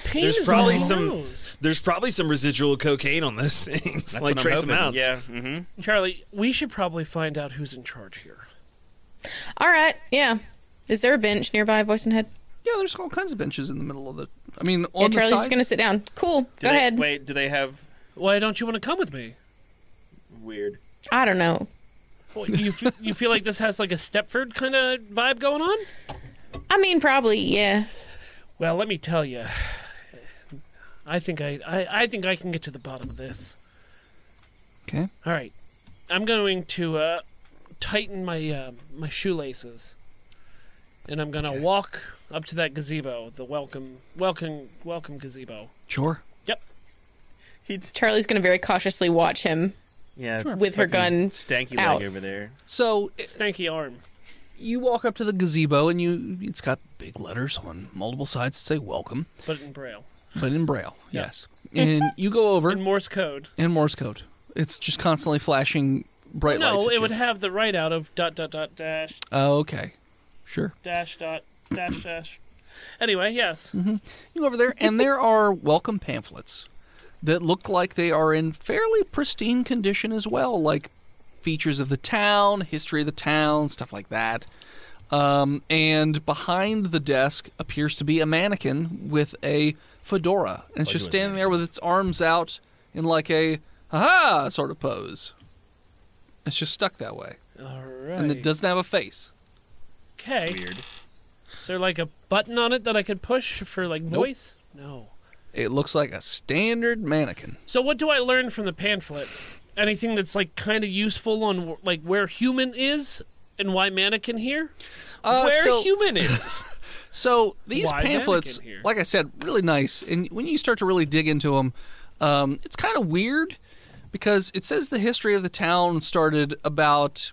[SPEAKER 2] Pain
[SPEAKER 5] There's
[SPEAKER 2] is
[SPEAKER 5] probably
[SPEAKER 2] in his
[SPEAKER 5] some-
[SPEAKER 2] nose.
[SPEAKER 5] There's probably some residual cocaine on those <laughs> things,
[SPEAKER 4] That's
[SPEAKER 5] like
[SPEAKER 4] what I'm
[SPEAKER 5] trace
[SPEAKER 4] hoping.
[SPEAKER 5] amounts.
[SPEAKER 4] Yeah. hmm
[SPEAKER 2] Charlie, we should probably find out who's in charge here.
[SPEAKER 6] All right. Yeah. Is there a bench nearby, Voice and Head?
[SPEAKER 3] Yeah, there's all kinds of benches in the middle of the. I mean, on
[SPEAKER 6] Yeah,
[SPEAKER 3] the
[SPEAKER 6] Charlie's
[SPEAKER 3] sides.
[SPEAKER 6] just going to sit down. Cool.
[SPEAKER 4] Do
[SPEAKER 6] Go
[SPEAKER 4] they,
[SPEAKER 6] ahead.
[SPEAKER 4] Wait, do they have
[SPEAKER 2] Why don't you want to come with me?
[SPEAKER 4] weird?
[SPEAKER 6] I don't know.
[SPEAKER 2] Well, you
[SPEAKER 3] <laughs>
[SPEAKER 2] f- you feel like this has like a Stepford kind of vibe going on?
[SPEAKER 6] I mean, probably, yeah.
[SPEAKER 2] Well, let me tell you. I think I, I, I think I can get to the bottom of this.
[SPEAKER 3] Okay.
[SPEAKER 2] All right, I'm going to uh, tighten my uh, my shoelaces, and I'm gonna walk up to that gazebo, the welcome welcome welcome gazebo.
[SPEAKER 3] Sure.
[SPEAKER 4] He's
[SPEAKER 6] Charlie's going to very cautiously watch him.
[SPEAKER 4] yeah
[SPEAKER 6] With her
[SPEAKER 4] fucking
[SPEAKER 6] gun
[SPEAKER 4] stanky
[SPEAKER 6] out.
[SPEAKER 4] leg over there.
[SPEAKER 3] So i-
[SPEAKER 2] Stanky arm.
[SPEAKER 3] you walk up to the gazebo, and you it's got big letters on multiple sides that say "Welcome."
[SPEAKER 2] Put it in braille.
[SPEAKER 3] But in Braille,
[SPEAKER 2] Yeah.
[SPEAKER 3] yes. And you go over
[SPEAKER 2] In
[SPEAKER 3] in,
[SPEAKER 2] Morse code.
[SPEAKER 3] Morse code. It's just constantly flashing bright lights.
[SPEAKER 2] No,
[SPEAKER 3] at
[SPEAKER 2] it
[SPEAKER 3] you.
[SPEAKER 2] would have the write out of dot dot dot dash
[SPEAKER 3] Oh, okay. Sure.
[SPEAKER 2] dash dot dash dash. Anyway, yes.
[SPEAKER 3] Mm-hmm. You go over there, and
[SPEAKER 2] <laughs>
[SPEAKER 3] there are welcome pamphlets that look like they are in fairly pristine condition as well, like features of the town, history of the town, stuff like that. Um, and behind the desk appears to be a mannequin with a fedora, and it's just standing there with its arms out in like a "aha" sort of pose. It's just stuck that way,
[SPEAKER 2] All right.
[SPEAKER 3] and it doesn't have a face.
[SPEAKER 2] okay.
[SPEAKER 4] Weird.
[SPEAKER 2] Is there like a button on it that I could push for like voice? No.
[SPEAKER 3] It looks like a standard mannequin.
[SPEAKER 2] So what do I learn from the pamphlet? Anything that's like kind of useful on like where human is and why mannequin here?
[SPEAKER 3] Uh,
[SPEAKER 5] Where
[SPEAKER 3] so-
[SPEAKER 5] human is.
[SPEAKER 3] <laughs> So these
[SPEAKER 2] Why
[SPEAKER 3] pamphlets,
[SPEAKER 2] mannequin here?
[SPEAKER 3] like I said, really nice. And when you start to really dig into them, um, it's kind of weird because it says the history of the town started about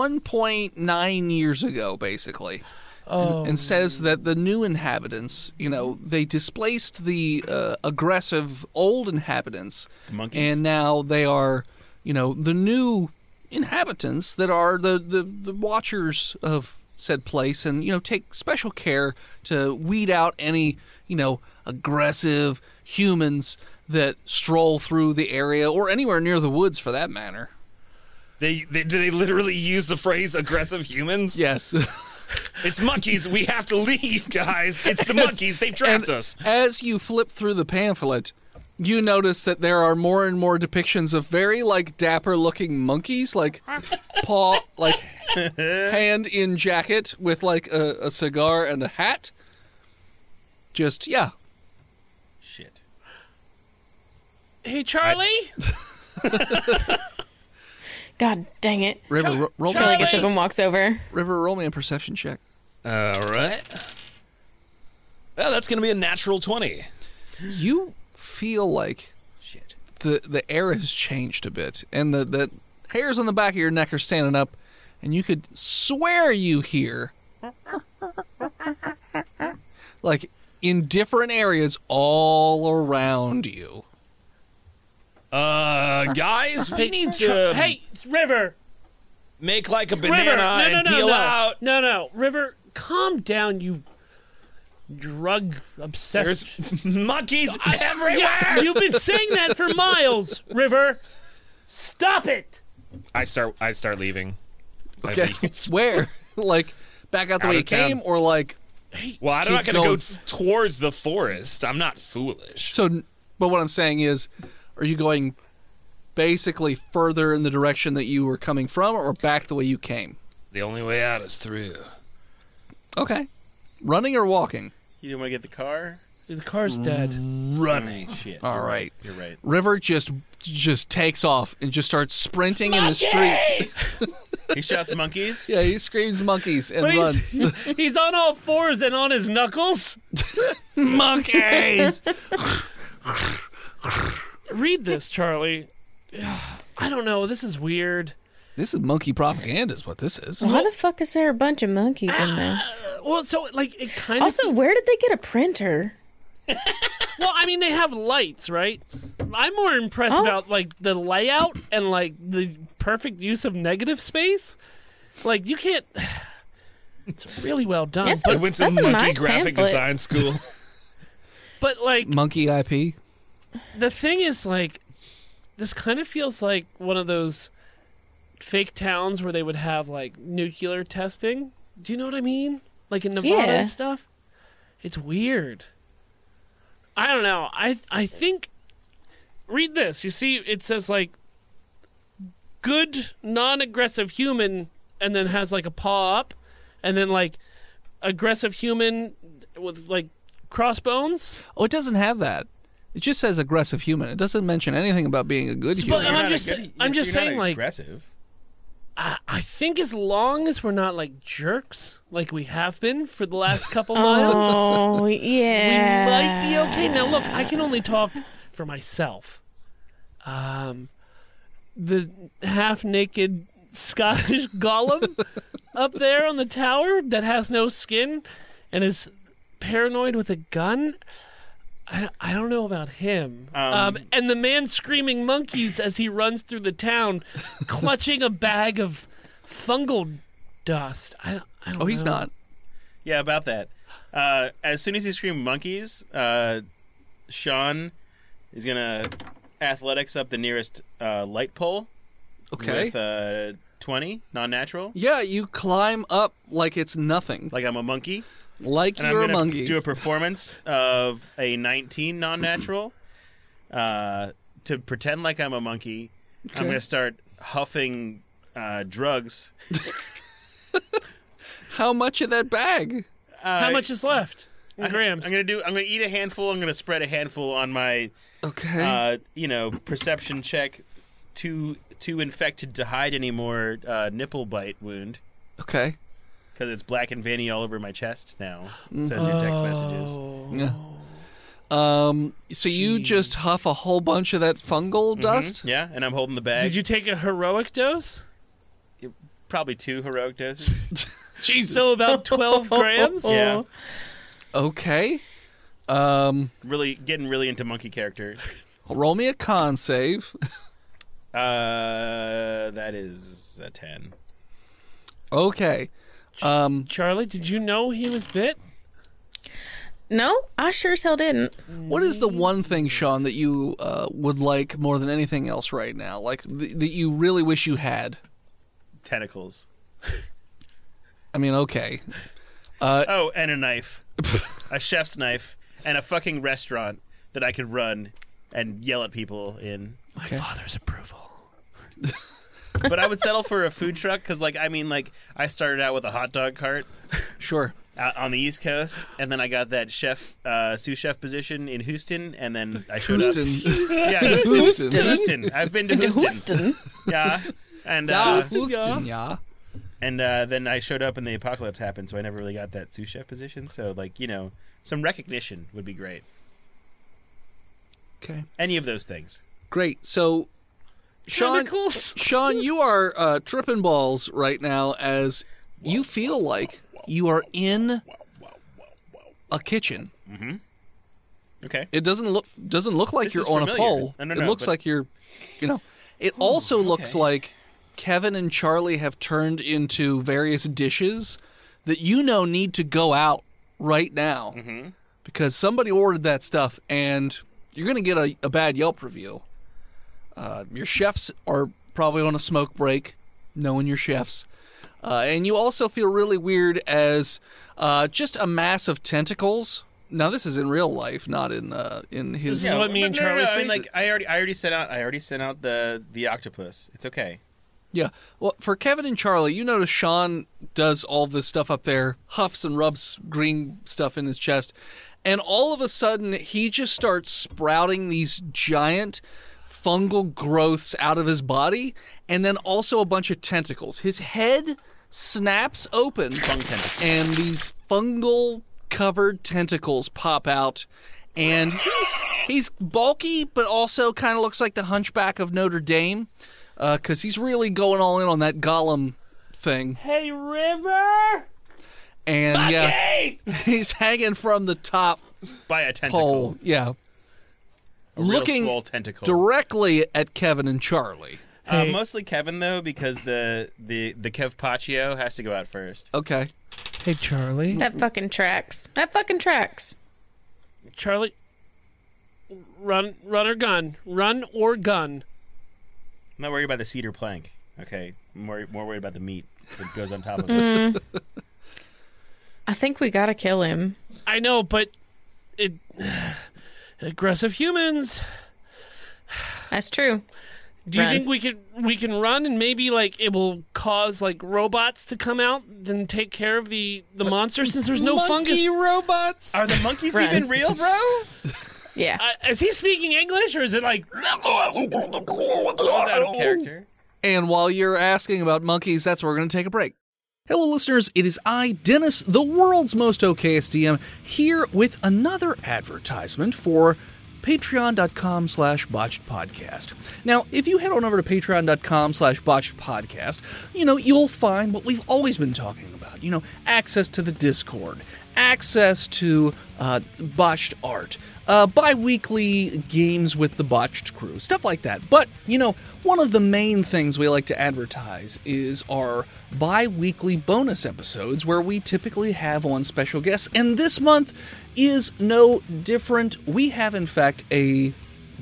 [SPEAKER 3] 1.9 years ago, basically.
[SPEAKER 2] Oh.
[SPEAKER 3] And says that the new inhabitants, you know, they displaced the uh, aggressive old inhabitants,
[SPEAKER 4] monkeys.
[SPEAKER 3] and now they are, you know, the new inhabitants that are the, the, the watchers of said place and, you know, take special care to weed out any, you know, aggressive humans that stroll through the area or anywhere near the woods for that matter.
[SPEAKER 5] They, they do they literally use the phrase aggressive humans?
[SPEAKER 3] Yes.
[SPEAKER 5] It's monkeys. We have to leave, guys.
[SPEAKER 4] <laughs>
[SPEAKER 5] It's the monkeys. They've trapped us.
[SPEAKER 3] As you flip through the pamphlet, you notice that there are more and more depictions of very like dapper looking monkeys, like paw, like hand in jacket with like a, a cigar and a hat. Just yeah,
[SPEAKER 4] Shit.
[SPEAKER 2] Hey Charlie,
[SPEAKER 6] God dang it.
[SPEAKER 3] River ro- roll
[SPEAKER 6] Charlie
[SPEAKER 3] me,
[SPEAKER 6] gets up and walks over.
[SPEAKER 3] River roll me a perception check.
[SPEAKER 5] All right. Well, Oh, that's gonna be a natural twenty.
[SPEAKER 3] You feel like
[SPEAKER 4] Shit.
[SPEAKER 3] the the air has changed a bit, and the the hairs on the back of your neck are standing up, and you could swear you hear like in different areas all around you.
[SPEAKER 5] Uh, guys, we need to.
[SPEAKER 2] hey River,
[SPEAKER 5] make like a banana
[SPEAKER 2] River, no, no,
[SPEAKER 5] and
[SPEAKER 2] no,
[SPEAKER 5] peel
[SPEAKER 2] no.
[SPEAKER 5] out.
[SPEAKER 2] No, no, River, calm down, you drug obsessed.
[SPEAKER 5] There's <laughs> monkeys everywhere.
[SPEAKER 2] Mm-hmm. Yeah, you've been saying that for miles, River. Stop it.
[SPEAKER 5] I start. I start leaving.
[SPEAKER 3] <laughs>
[SPEAKER 5] I
[SPEAKER 3] Okay,
[SPEAKER 5] leave.
[SPEAKER 3] where? like back out the
[SPEAKER 5] Out
[SPEAKER 3] way
[SPEAKER 5] of
[SPEAKER 3] it came,
[SPEAKER 5] town.
[SPEAKER 3] or like
[SPEAKER 5] Well, I'm not
[SPEAKER 3] Keep
[SPEAKER 5] gonna go
[SPEAKER 3] going.
[SPEAKER 5] f- towards the forest. I'm not foolish.
[SPEAKER 3] so? But what I'm saying is, are you going basically further in the direction that you were coming from, or back the way you came?
[SPEAKER 5] The only way out is through.
[SPEAKER 3] Okay, running or walking?
[SPEAKER 4] You didn't want to get the car?
[SPEAKER 2] The car's
[SPEAKER 5] Mm.
[SPEAKER 2] dead.
[SPEAKER 5] Running.
[SPEAKER 4] Shit.
[SPEAKER 3] All right.
[SPEAKER 4] You're right.
[SPEAKER 3] River just just takes off and just starts sprinting in the streets. <laughs>
[SPEAKER 4] He shouts monkeys.
[SPEAKER 3] Yeah, he screams monkeys and
[SPEAKER 2] But
[SPEAKER 3] runs.
[SPEAKER 2] he's, <laughs> he's on all fours and on his knuckles.
[SPEAKER 3] monkeys.
[SPEAKER 2] Read this, Charlie. I don't know. This is weird.
[SPEAKER 3] this is monkey propaganda, is what this is.
[SPEAKER 6] Why the fuck is there a bunch of monkeys in this?
[SPEAKER 2] Well, so like it kind of.
[SPEAKER 6] Ah. Also, where did they get a printer?
[SPEAKER 2] Well, I mean, they have lights, right? I'm more impressed
[SPEAKER 6] Oh.
[SPEAKER 2] about like the layout and like the perfect use of negative space. Like you can't. <sighs> It's really well done,
[SPEAKER 6] Yes,
[SPEAKER 5] I
[SPEAKER 2] but,
[SPEAKER 5] went to
[SPEAKER 6] That's a
[SPEAKER 5] monkey
[SPEAKER 6] nice
[SPEAKER 5] graphic
[SPEAKER 6] pamphlet.
[SPEAKER 5] design school.
[SPEAKER 2] but like
[SPEAKER 3] Monkey IP.
[SPEAKER 2] the thing is like this kind of feels like one of those fake towns where they would have like nuclear testing. Do you know what I mean? Like in Nevada
[SPEAKER 6] Yeah.
[SPEAKER 2] and stuff. It's weird. I don't know. I I think read this. You see it says like good non-aggressive human and then has like a paw up and then like aggressive human with like crossbones.
[SPEAKER 3] Oh, it doesn't have that. It just says aggressive human. It doesn't mention anything about being a good
[SPEAKER 2] But <laughs>
[SPEAKER 3] human.
[SPEAKER 2] I'm
[SPEAKER 4] not
[SPEAKER 2] just
[SPEAKER 4] aggr-
[SPEAKER 2] sa- I'm
[SPEAKER 4] you're-
[SPEAKER 2] just
[SPEAKER 4] you're not
[SPEAKER 2] saying, like-
[SPEAKER 4] aggressive.
[SPEAKER 2] I, I think as long as we're not like jerks, like we have been for the last couple miles,
[SPEAKER 6] <laughs> Oh, yeah.
[SPEAKER 2] might be okay. Now, look, I can only talk for myself. Um, the half-naked Scottish <laughs> golem up there on the tower that has no skin and is paranoid with a gun. I, I don't know about him. Um,
[SPEAKER 4] Um,
[SPEAKER 2] and the man screaming monkeys as he runs through the
[SPEAKER 3] <laughs>
[SPEAKER 2] town, clutching a bag of fungal dust. I, I don't
[SPEAKER 3] oh, he's
[SPEAKER 2] know.
[SPEAKER 3] not.
[SPEAKER 4] Yeah, about that. Uh, as soon as he screamed monkeys, uh, Sean is gonna athletics up the nearest uh, light pole
[SPEAKER 3] Okay.
[SPEAKER 4] with uh, twenty non-natural,
[SPEAKER 3] yeah, you climb up like it's nothing,
[SPEAKER 4] like I'm a monkey,
[SPEAKER 3] like
[SPEAKER 4] and
[SPEAKER 3] you're
[SPEAKER 4] I'm
[SPEAKER 3] a
[SPEAKER 4] gonna
[SPEAKER 3] monkey.
[SPEAKER 4] do a performance of a nineteen non-natural uh, to pretend like I'm a monkey. I'm gonna start huffing uh, drugs.
[SPEAKER 3] How much of that bag?
[SPEAKER 4] Uh,
[SPEAKER 2] How much is left? In grams.
[SPEAKER 4] I'm gonna do. I'm gonna eat a handful. I'm gonna spread a handful on my
[SPEAKER 3] Okay.
[SPEAKER 4] uh, you know, perception check, too too infected to hide any more uh, nipple bite wound
[SPEAKER 3] okay.
[SPEAKER 4] because it's black and veiny all over my chest now. Says your text messages.
[SPEAKER 2] Oh.
[SPEAKER 3] Yeah. Um. So you just huff a whole bunch of that fungal dust.
[SPEAKER 4] Mm-hmm. Yeah, and I'm holding the bag.
[SPEAKER 2] Did you take a heroic dose?
[SPEAKER 4] probably two heroic doses?
[SPEAKER 3] Jesus.
[SPEAKER 2] So about 12 grams?
[SPEAKER 4] yeah,
[SPEAKER 3] okay. Um.
[SPEAKER 4] really getting really into monkey character.
[SPEAKER 3] Roll me a con save. <laughs>
[SPEAKER 4] Uh, that is a ten.
[SPEAKER 3] okay. Um.
[SPEAKER 2] Charlie, did you know he was bit?
[SPEAKER 6] No, I sure as hell didn't.
[SPEAKER 3] What is the one thing, Sean, that you uh, would like more than anything else right now? Like th- that you really wish you had?
[SPEAKER 4] Tentacles.
[SPEAKER 3] I mean, okay.
[SPEAKER 4] Oh, and a knife, a chef's knife, and a fucking restaurant that I could run and yell at people in.
[SPEAKER 2] My father's approval.
[SPEAKER 4] but I would settle for a food truck because, like, I mean, like, I started out with a hot dog cart
[SPEAKER 3] Sure.
[SPEAKER 4] out on the East Coast, and then I got that chef, uh, sous chef position in Houston, and then I showed
[SPEAKER 3] Houston. <laughs>
[SPEAKER 4] up. Yeah,
[SPEAKER 3] Houston.
[SPEAKER 4] Houston. Houston. I've been to Houston.
[SPEAKER 6] Houston.
[SPEAKER 4] Yeah. And
[SPEAKER 3] Yeah,
[SPEAKER 4] uh,
[SPEAKER 2] Houston, yeah.
[SPEAKER 3] Houston, yeah.
[SPEAKER 4] and uh, then I showed up, and the apocalypse happened, so I never really got that sous chef position. So, like, you know, some recognition would be great.
[SPEAKER 3] Okay.
[SPEAKER 4] Any of those things.
[SPEAKER 3] Great. So, Sean,
[SPEAKER 2] Chemicals.
[SPEAKER 3] Sean, you are uh, tripping balls right now as you feel like you are in a kitchen.
[SPEAKER 4] Okay.
[SPEAKER 3] It doesn't look doesn't look like
[SPEAKER 4] This
[SPEAKER 3] you're
[SPEAKER 4] is
[SPEAKER 3] on a
[SPEAKER 4] familiar.
[SPEAKER 3] pole.
[SPEAKER 4] No, no,
[SPEAKER 3] it
[SPEAKER 4] no,
[SPEAKER 3] looks
[SPEAKER 4] but-
[SPEAKER 3] like you're, you know. It also looks
[SPEAKER 4] okay.
[SPEAKER 3] like Kevin and Charlie have turned into various dishes that you know need to go out right now
[SPEAKER 4] Mm-hmm.
[SPEAKER 3] because somebody ordered that stuff and you're going to get a, a bad Yelp review. Uh, your chefs are probably on a smoke break, knowing your chefs. Uh, and you also feel really weird as uh, just a mass of tentacles. Now this is in real life, not in uh, in his.
[SPEAKER 2] This is what me
[SPEAKER 4] but
[SPEAKER 2] and
[SPEAKER 4] no, no, no,
[SPEAKER 2] Charlie
[SPEAKER 4] I mean,
[SPEAKER 2] say.
[SPEAKER 4] like I already, I already sent out, I already sent out the the octopus. It's okay.
[SPEAKER 3] Yeah. Well, for Kevin and Charlie, you notice Sean does all this stuff up there, huffs and rubs green stuff in his chest, and all of a sudden he just starts sprouting these giant fungal growths out of his body, and then also a bunch of tentacles. His head snaps open, and these fungal covered tentacles pop out. And he's he's bulky, but also kind of looks like the Hunchback of Notre Dame because he's really going all in on that Gollum thing.
[SPEAKER 2] Hey, River!
[SPEAKER 3] And yeah, <laughs> he's hanging from the top
[SPEAKER 4] By a tentacle,
[SPEAKER 3] pole. Yeah,
[SPEAKER 4] a real
[SPEAKER 3] looking
[SPEAKER 4] swole tentacle.
[SPEAKER 3] directly at Kevin and Charlie.
[SPEAKER 4] Uh,
[SPEAKER 2] Hey.
[SPEAKER 4] mostly Kevin though, because the the the Kev Paccio has to go out first.
[SPEAKER 3] Okay,
[SPEAKER 2] Hey, Charlie.
[SPEAKER 6] That fucking tracks. That fucking tracks.
[SPEAKER 2] Charlie, run, run or gun, run or gun.
[SPEAKER 4] I'm not worried about the cedar plank. Okay, I'm worried, more worried about the meat that goes on top of it.
[SPEAKER 6] I think we gotta kill him.
[SPEAKER 2] I know, but it <sighs> aggressive humans.
[SPEAKER 6] That's true.
[SPEAKER 2] Do you
[SPEAKER 6] Run.
[SPEAKER 2] think we could we can run and maybe like it will cause like robots to come out and take care of the the monster since there's no fungus?
[SPEAKER 3] robots.
[SPEAKER 4] Are the monkeys
[SPEAKER 6] Right.
[SPEAKER 4] even real, bro?
[SPEAKER 6] Yeah.
[SPEAKER 2] Uh, is he speaking English or is it like
[SPEAKER 4] That was out of character.
[SPEAKER 3] And while you're asking about monkeys, that's where we're going to take a break. Hello, listeners. It is I, Dennis, the world's most okayest DM, here with another advertisement for patreon.com slash botched podcast. Now, if you head on over to patreon.com slash botched podcast, you know, you'll find what we've always been talking about, you know, access to the Discord, access to uh, botched art, uh, bi weekly games with the botched crew, stuff like that. But, you know, one of the main things we like to advertise is our bi weekly bonus episodes where we typically have on special guests. And this month is no different. We have, in fact, a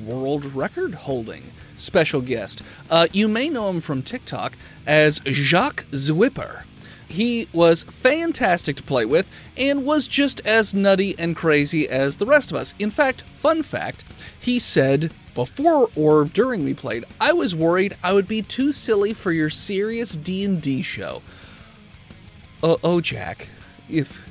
[SPEAKER 3] world record holding special guest. Uh, you may know him from TikTok as Jacques Zwipper. He was fantastic to play with and was just as nutty and crazy as the rest of us. In fact, fun fact, he said before or during we played, I was worried I would be too silly for your serious D&D show. Uh, oh, Jack, if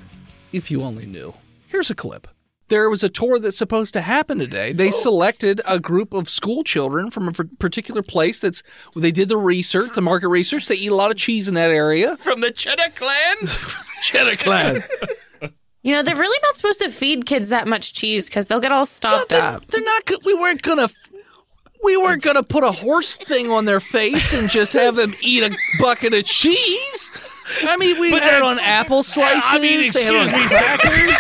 [SPEAKER 3] if you only knew. Here's a clip. There was a tour that's supposed to happen today. They selected a group of school children from a f- particular place that's they did the research, the market research. They eat a lot of cheese in that area.
[SPEAKER 4] From the Cheddar Clan.
[SPEAKER 3] Cheddar Clan.
[SPEAKER 6] You know, they're really not supposed to feed kids that much cheese because they'll get all
[SPEAKER 3] <laughs>
[SPEAKER 6] stopped
[SPEAKER 3] they're,
[SPEAKER 6] up.
[SPEAKER 3] they're not. go- We weren't gonna. f- We weren't gonna put a horse thing on their face and just have them eat a bucket of cheese. I mean, we had it on apple slices.
[SPEAKER 2] I mean,
[SPEAKER 3] they had it
[SPEAKER 2] excuse
[SPEAKER 3] on
[SPEAKER 2] me,
[SPEAKER 3] crackers.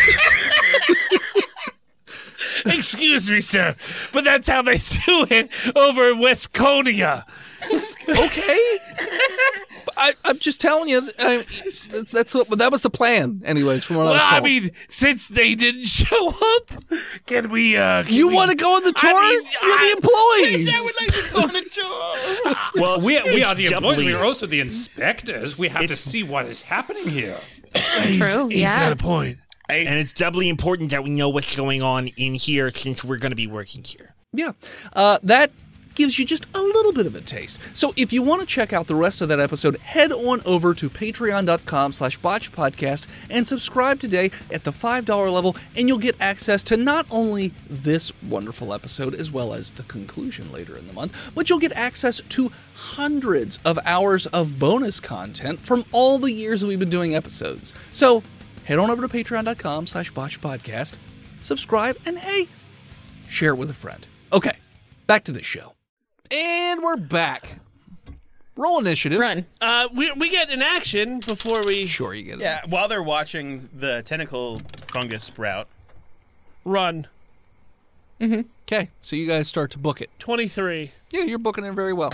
[SPEAKER 4] <laughs>
[SPEAKER 2] excuse me, sir, but that's how they <laughs> do it over in Westconia.
[SPEAKER 3] okay. I, I'm just telling you. I, that's what that was the plan, anyways. From what
[SPEAKER 4] Oh,
[SPEAKER 3] I was
[SPEAKER 2] Well, I
[SPEAKER 3] told.
[SPEAKER 2] mean, since they didn't show up, can we? uh can
[SPEAKER 3] you
[SPEAKER 2] we-
[SPEAKER 3] want to go on the tour?
[SPEAKER 2] mean,
[SPEAKER 3] You're the employees.
[SPEAKER 5] <laughs> Well,
[SPEAKER 7] We, we are the
[SPEAKER 5] Doubly.
[SPEAKER 7] employees. We are also the inspectors. We have to see what is happening here.
[SPEAKER 6] True.
[SPEAKER 2] He's
[SPEAKER 6] yeah.
[SPEAKER 2] got a point.
[SPEAKER 5] and it's doubly important that we know what's going on in here since we're going to be working here.
[SPEAKER 3] Yeah. Uh, that gives you just a little bit of a taste. So if you want to check out the rest of that episode, head on over to patreon.com slash botchpodcast and subscribe today at the $5 level, and you'll get access to not only this wonderful episode as well as the conclusion later in the month, but you'll get access to hundreds of hours of bonus content from all the years that we've been doing episodes. So head on over to patreon.com slash botchpodcast, subscribe, and hey, share it with a friend. Okay, back to the show. And we're back. Roll initiative.
[SPEAKER 6] Run.
[SPEAKER 2] Uh, we we get an action before we
[SPEAKER 3] Sure, you get it.
[SPEAKER 4] Yeah, Uh, while they're watching the tentacle fungus sprout,
[SPEAKER 2] run.
[SPEAKER 3] Okay, so you guys start to book it.
[SPEAKER 2] Twenty three.
[SPEAKER 3] Yeah, you're booking it very well.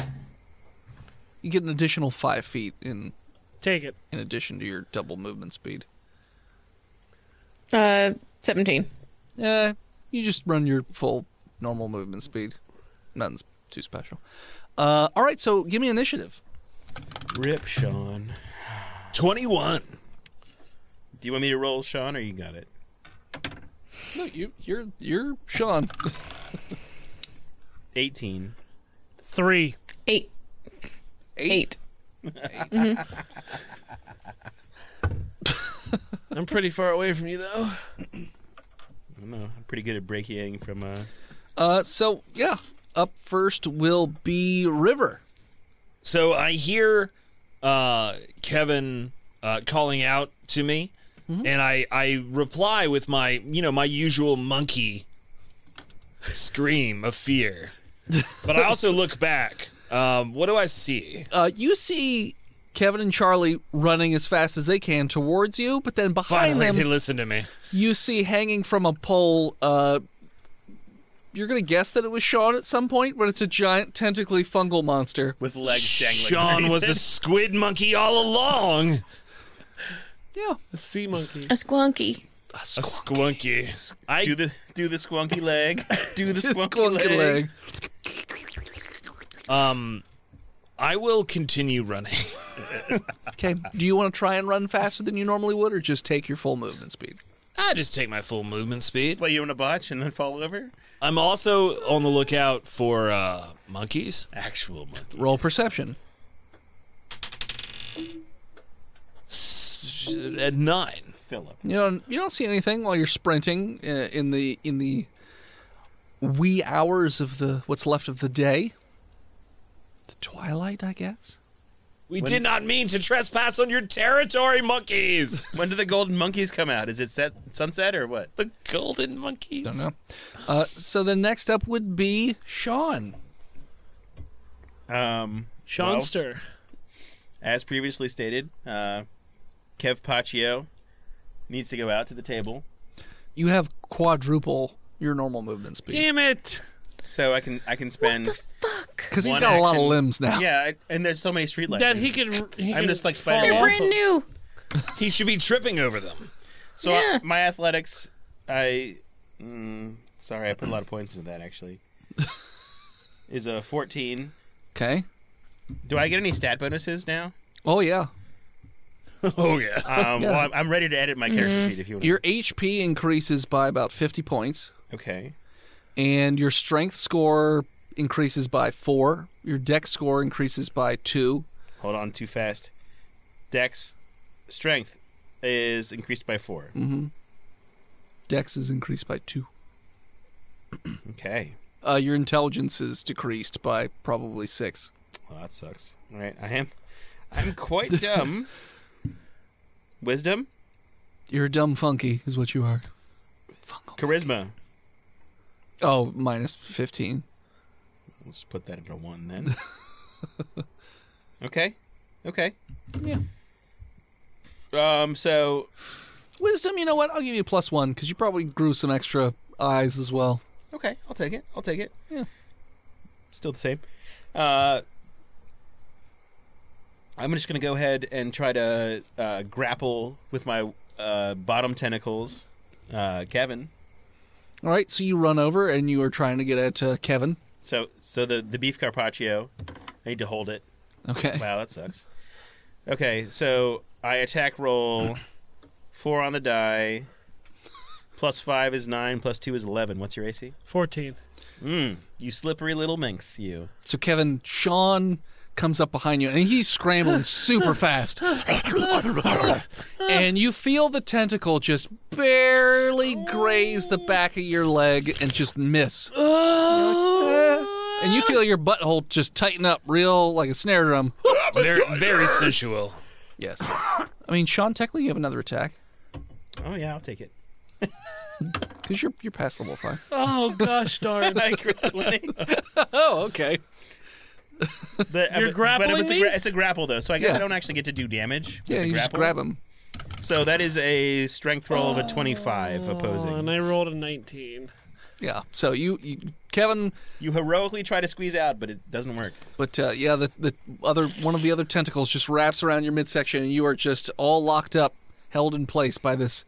[SPEAKER 3] You get an additional five feet in
[SPEAKER 2] Take it.
[SPEAKER 3] in addition to your double movement speed.
[SPEAKER 6] Uh, 17.
[SPEAKER 3] Uh, you just run your full normal movement speed. Nothing's too special. Uh, all right, so give me initiative.
[SPEAKER 4] Rip, Sean.
[SPEAKER 5] 21.
[SPEAKER 4] Do you want me to roll, Sean, or you got it?
[SPEAKER 3] No, you, you're you're Sean.
[SPEAKER 4] 18.
[SPEAKER 2] Three.
[SPEAKER 6] Eight. Eight.
[SPEAKER 2] I'm pretty far away from you though.
[SPEAKER 4] I don't know. I'm pretty good at brachiating from. Uh...
[SPEAKER 3] Uh, so yeah, up first will be River.
[SPEAKER 5] So I hear uh, Kevin uh, calling out to me,
[SPEAKER 4] Mm-hmm.
[SPEAKER 5] and I, I reply with my you know my usual monkey scream
[SPEAKER 4] <laughs>
[SPEAKER 5] of fear. But I also look back. Um, what do I see?
[SPEAKER 3] Uh, you see Kevin and Charlie running as fast as they can towards you, but then behind
[SPEAKER 5] Finally,
[SPEAKER 3] them
[SPEAKER 5] they listen to me.
[SPEAKER 3] you see hanging from a pole. Uh, you're gonna guess that it was Sean at some point, but it's a giant tentacly fungal monster.
[SPEAKER 4] With legs dangling.
[SPEAKER 5] Sean was a squid monkey all along.
[SPEAKER 3] Yeah,
[SPEAKER 2] A sea monkey.
[SPEAKER 6] A squonky.
[SPEAKER 5] A squunky. I
[SPEAKER 4] Do the do the squonky <laughs> leg. Do the squonky,
[SPEAKER 3] squonky
[SPEAKER 4] leg.
[SPEAKER 3] leg.
[SPEAKER 5] um, I will continue running. <laughs>
[SPEAKER 3] Okay, do you want to try and run faster than you normally would, or just take your full movement speed?
[SPEAKER 5] I just take my full movement speed.
[SPEAKER 4] What you want to botch and then fall over?
[SPEAKER 5] I'm also on the lookout for uh, monkeys.
[SPEAKER 4] Actual monkey.
[SPEAKER 3] Roll perception.
[SPEAKER 5] S- At nine,
[SPEAKER 4] Philip.
[SPEAKER 3] You don't you don't see anything while you're sprinting uh, in the in the wee hours of the what's left of the day. The twilight, I guess.
[SPEAKER 5] we did not mean to trespass on your territory, monkeys.
[SPEAKER 4] When do the golden monkeys come out? Is it set sunset or what?
[SPEAKER 5] <laughs> the golden monkeys.
[SPEAKER 3] Don't know. Uh, so the next up would be Sean.
[SPEAKER 4] Um, well,
[SPEAKER 2] Seanster.
[SPEAKER 4] as previously stated, uh, Kev Paccio needs to go out to the table,
[SPEAKER 3] You have quadruple your normal movement speed
[SPEAKER 2] Damn it.
[SPEAKER 4] so I can I can spend.
[SPEAKER 3] because he's
[SPEAKER 4] One
[SPEAKER 3] got a lot of
[SPEAKER 4] action.
[SPEAKER 3] limbs now.
[SPEAKER 4] yeah, I, and there's so many streetlights.
[SPEAKER 2] That
[SPEAKER 4] in-
[SPEAKER 2] he could. He
[SPEAKER 4] I'm
[SPEAKER 2] could
[SPEAKER 4] just like
[SPEAKER 2] fall
[SPEAKER 4] Spider-Man.
[SPEAKER 6] They're
[SPEAKER 2] off
[SPEAKER 6] brand
[SPEAKER 2] of.
[SPEAKER 6] new.
[SPEAKER 5] He should be tripping over them.
[SPEAKER 4] so
[SPEAKER 6] yeah.
[SPEAKER 4] I, my athletics, I. Mm, sorry, I put a lot of points into that actually. Is a 14.
[SPEAKER 3] Okay.
[SPEAKER 4] Do I get any stat bonuses now?
[SPEAKER 3] Oh yeah.
[SPEAKER 5] Oh yeah.
[SPEAKER 4] Um, Well, I'm, I'm ready to edit my character sheet if you want.
[SPEAKER 3] Your HP increases by about fifty points.
[SPEAKER 4] okay.
[SPEAKER 3] and your strength score increases by four. Your deck score increases by two.
[SPEAKER 4] Hold on, too fast. Dex strength is increased by 4
[SPEAKER 3] Dex is increased by two.
[SPEAKER 4] Okay.
[SPEAKER 3] Uh, your intelligence is decreased by probably six.
[SPEAKER 4] Well, that sucks. All right, I am. I'm quite dumb. Wisdom,
[SPEAKER 3] You're dumb funky, is what you are. Fungal.
[SPEAKER 4] charisma.
[SPEAKER 3] Oh, minus 15.
[SPEAKER 4] Let's put that at a
[SPEAKER 3] <laughs>
[SPEAKER 4] one then. okay, okay.
[SPEAKER 3] Yeah.
[SPEAKER 4] Um. So
[SPEAKER 3] Wisdom, you know what? I'll give you a plus one because you probably grew some extra eyes as well.
[SPEAKER 4] okay, I'll take it. I'll take it.
[SPEAKER 3] Yeah.
[SPEAKER 4] Still the same. Uh. I'm just gonna go ahead and try to uh, grapple with my uh, bottom tentacles, uh, Kevin.
[SPEAKER 3] All right, so you run over and you are trying to get at uh, Kevin.
[SPEAKER 4] So, so the the beef carpaccio. I need to hold it.
[SPEAKER 3] Okay.
[SPEAKER 4] Wow, that sucks. Okay, so I
[SPEAKER 3] <clears throat>
[SPEAKER 4] attack roll four on the die. Plus five is nine. Plus two is eleven. What's your AC?
[SPEAKER 2] 14.
[SPEAKER 4] Mm, you slippery little minx, you.
[SPEAKER 3] So Kevin, Sean comes up behind you and he's scrambling super fast. and you feel the tentacle just barely graze the back of your leg and just miss. and you feel your butthole just tighten up real like a snare drum.
[SPEAKER 5] They're very sensual.
[SPEAKER 3] Yes. I mean, Sean, technically you have another attack
[SPEAKER 4] Oh yeah, I'll take it.
[SPEAKER 3] because you're, you're past level five.
[SPEAKER 2] Oh gosh darn.
[SPEAKER 4] <laughs> I crit twenty.
[SPEAKER 3] Oh, okay.
[SPEAKER 4] But,
[SPEAKER 2] You're
[SPEAKER 4] but-
[SPEAKER 2] grappling
[SPEAKER 4] but it's, a
[SPEAKER 2] me?
[SPEAKER 4] gra- it's a grapple though, so I guess
[SPEAKER 3] Yeah.
[SPEAKER 4] I don't actually get to do damage. with
[SPEAKER 3] Yeah,
[SPEAKER 4] the
[SPEAKER 3] you just
[SPEAKER 4] grapple.
[SPEAKER 3] grab him.
[SPEAKER 4] So that is a strength roll of a twenty-five
[SPEAKER 2] Oh,
[SPEAKER 4] opposing.
[SPEAKER 2] and I rolled a 19.
[SPEAKER 3] Yeah. So you, you Kevin,
[SPEAKER 4] You heroically try to squeeze out, but it doesn't work.
[SPEAKER 3] but uh, yeah, the the other one of the other tentacles just wraps around your midsection, and you are just all locked up, held in place by this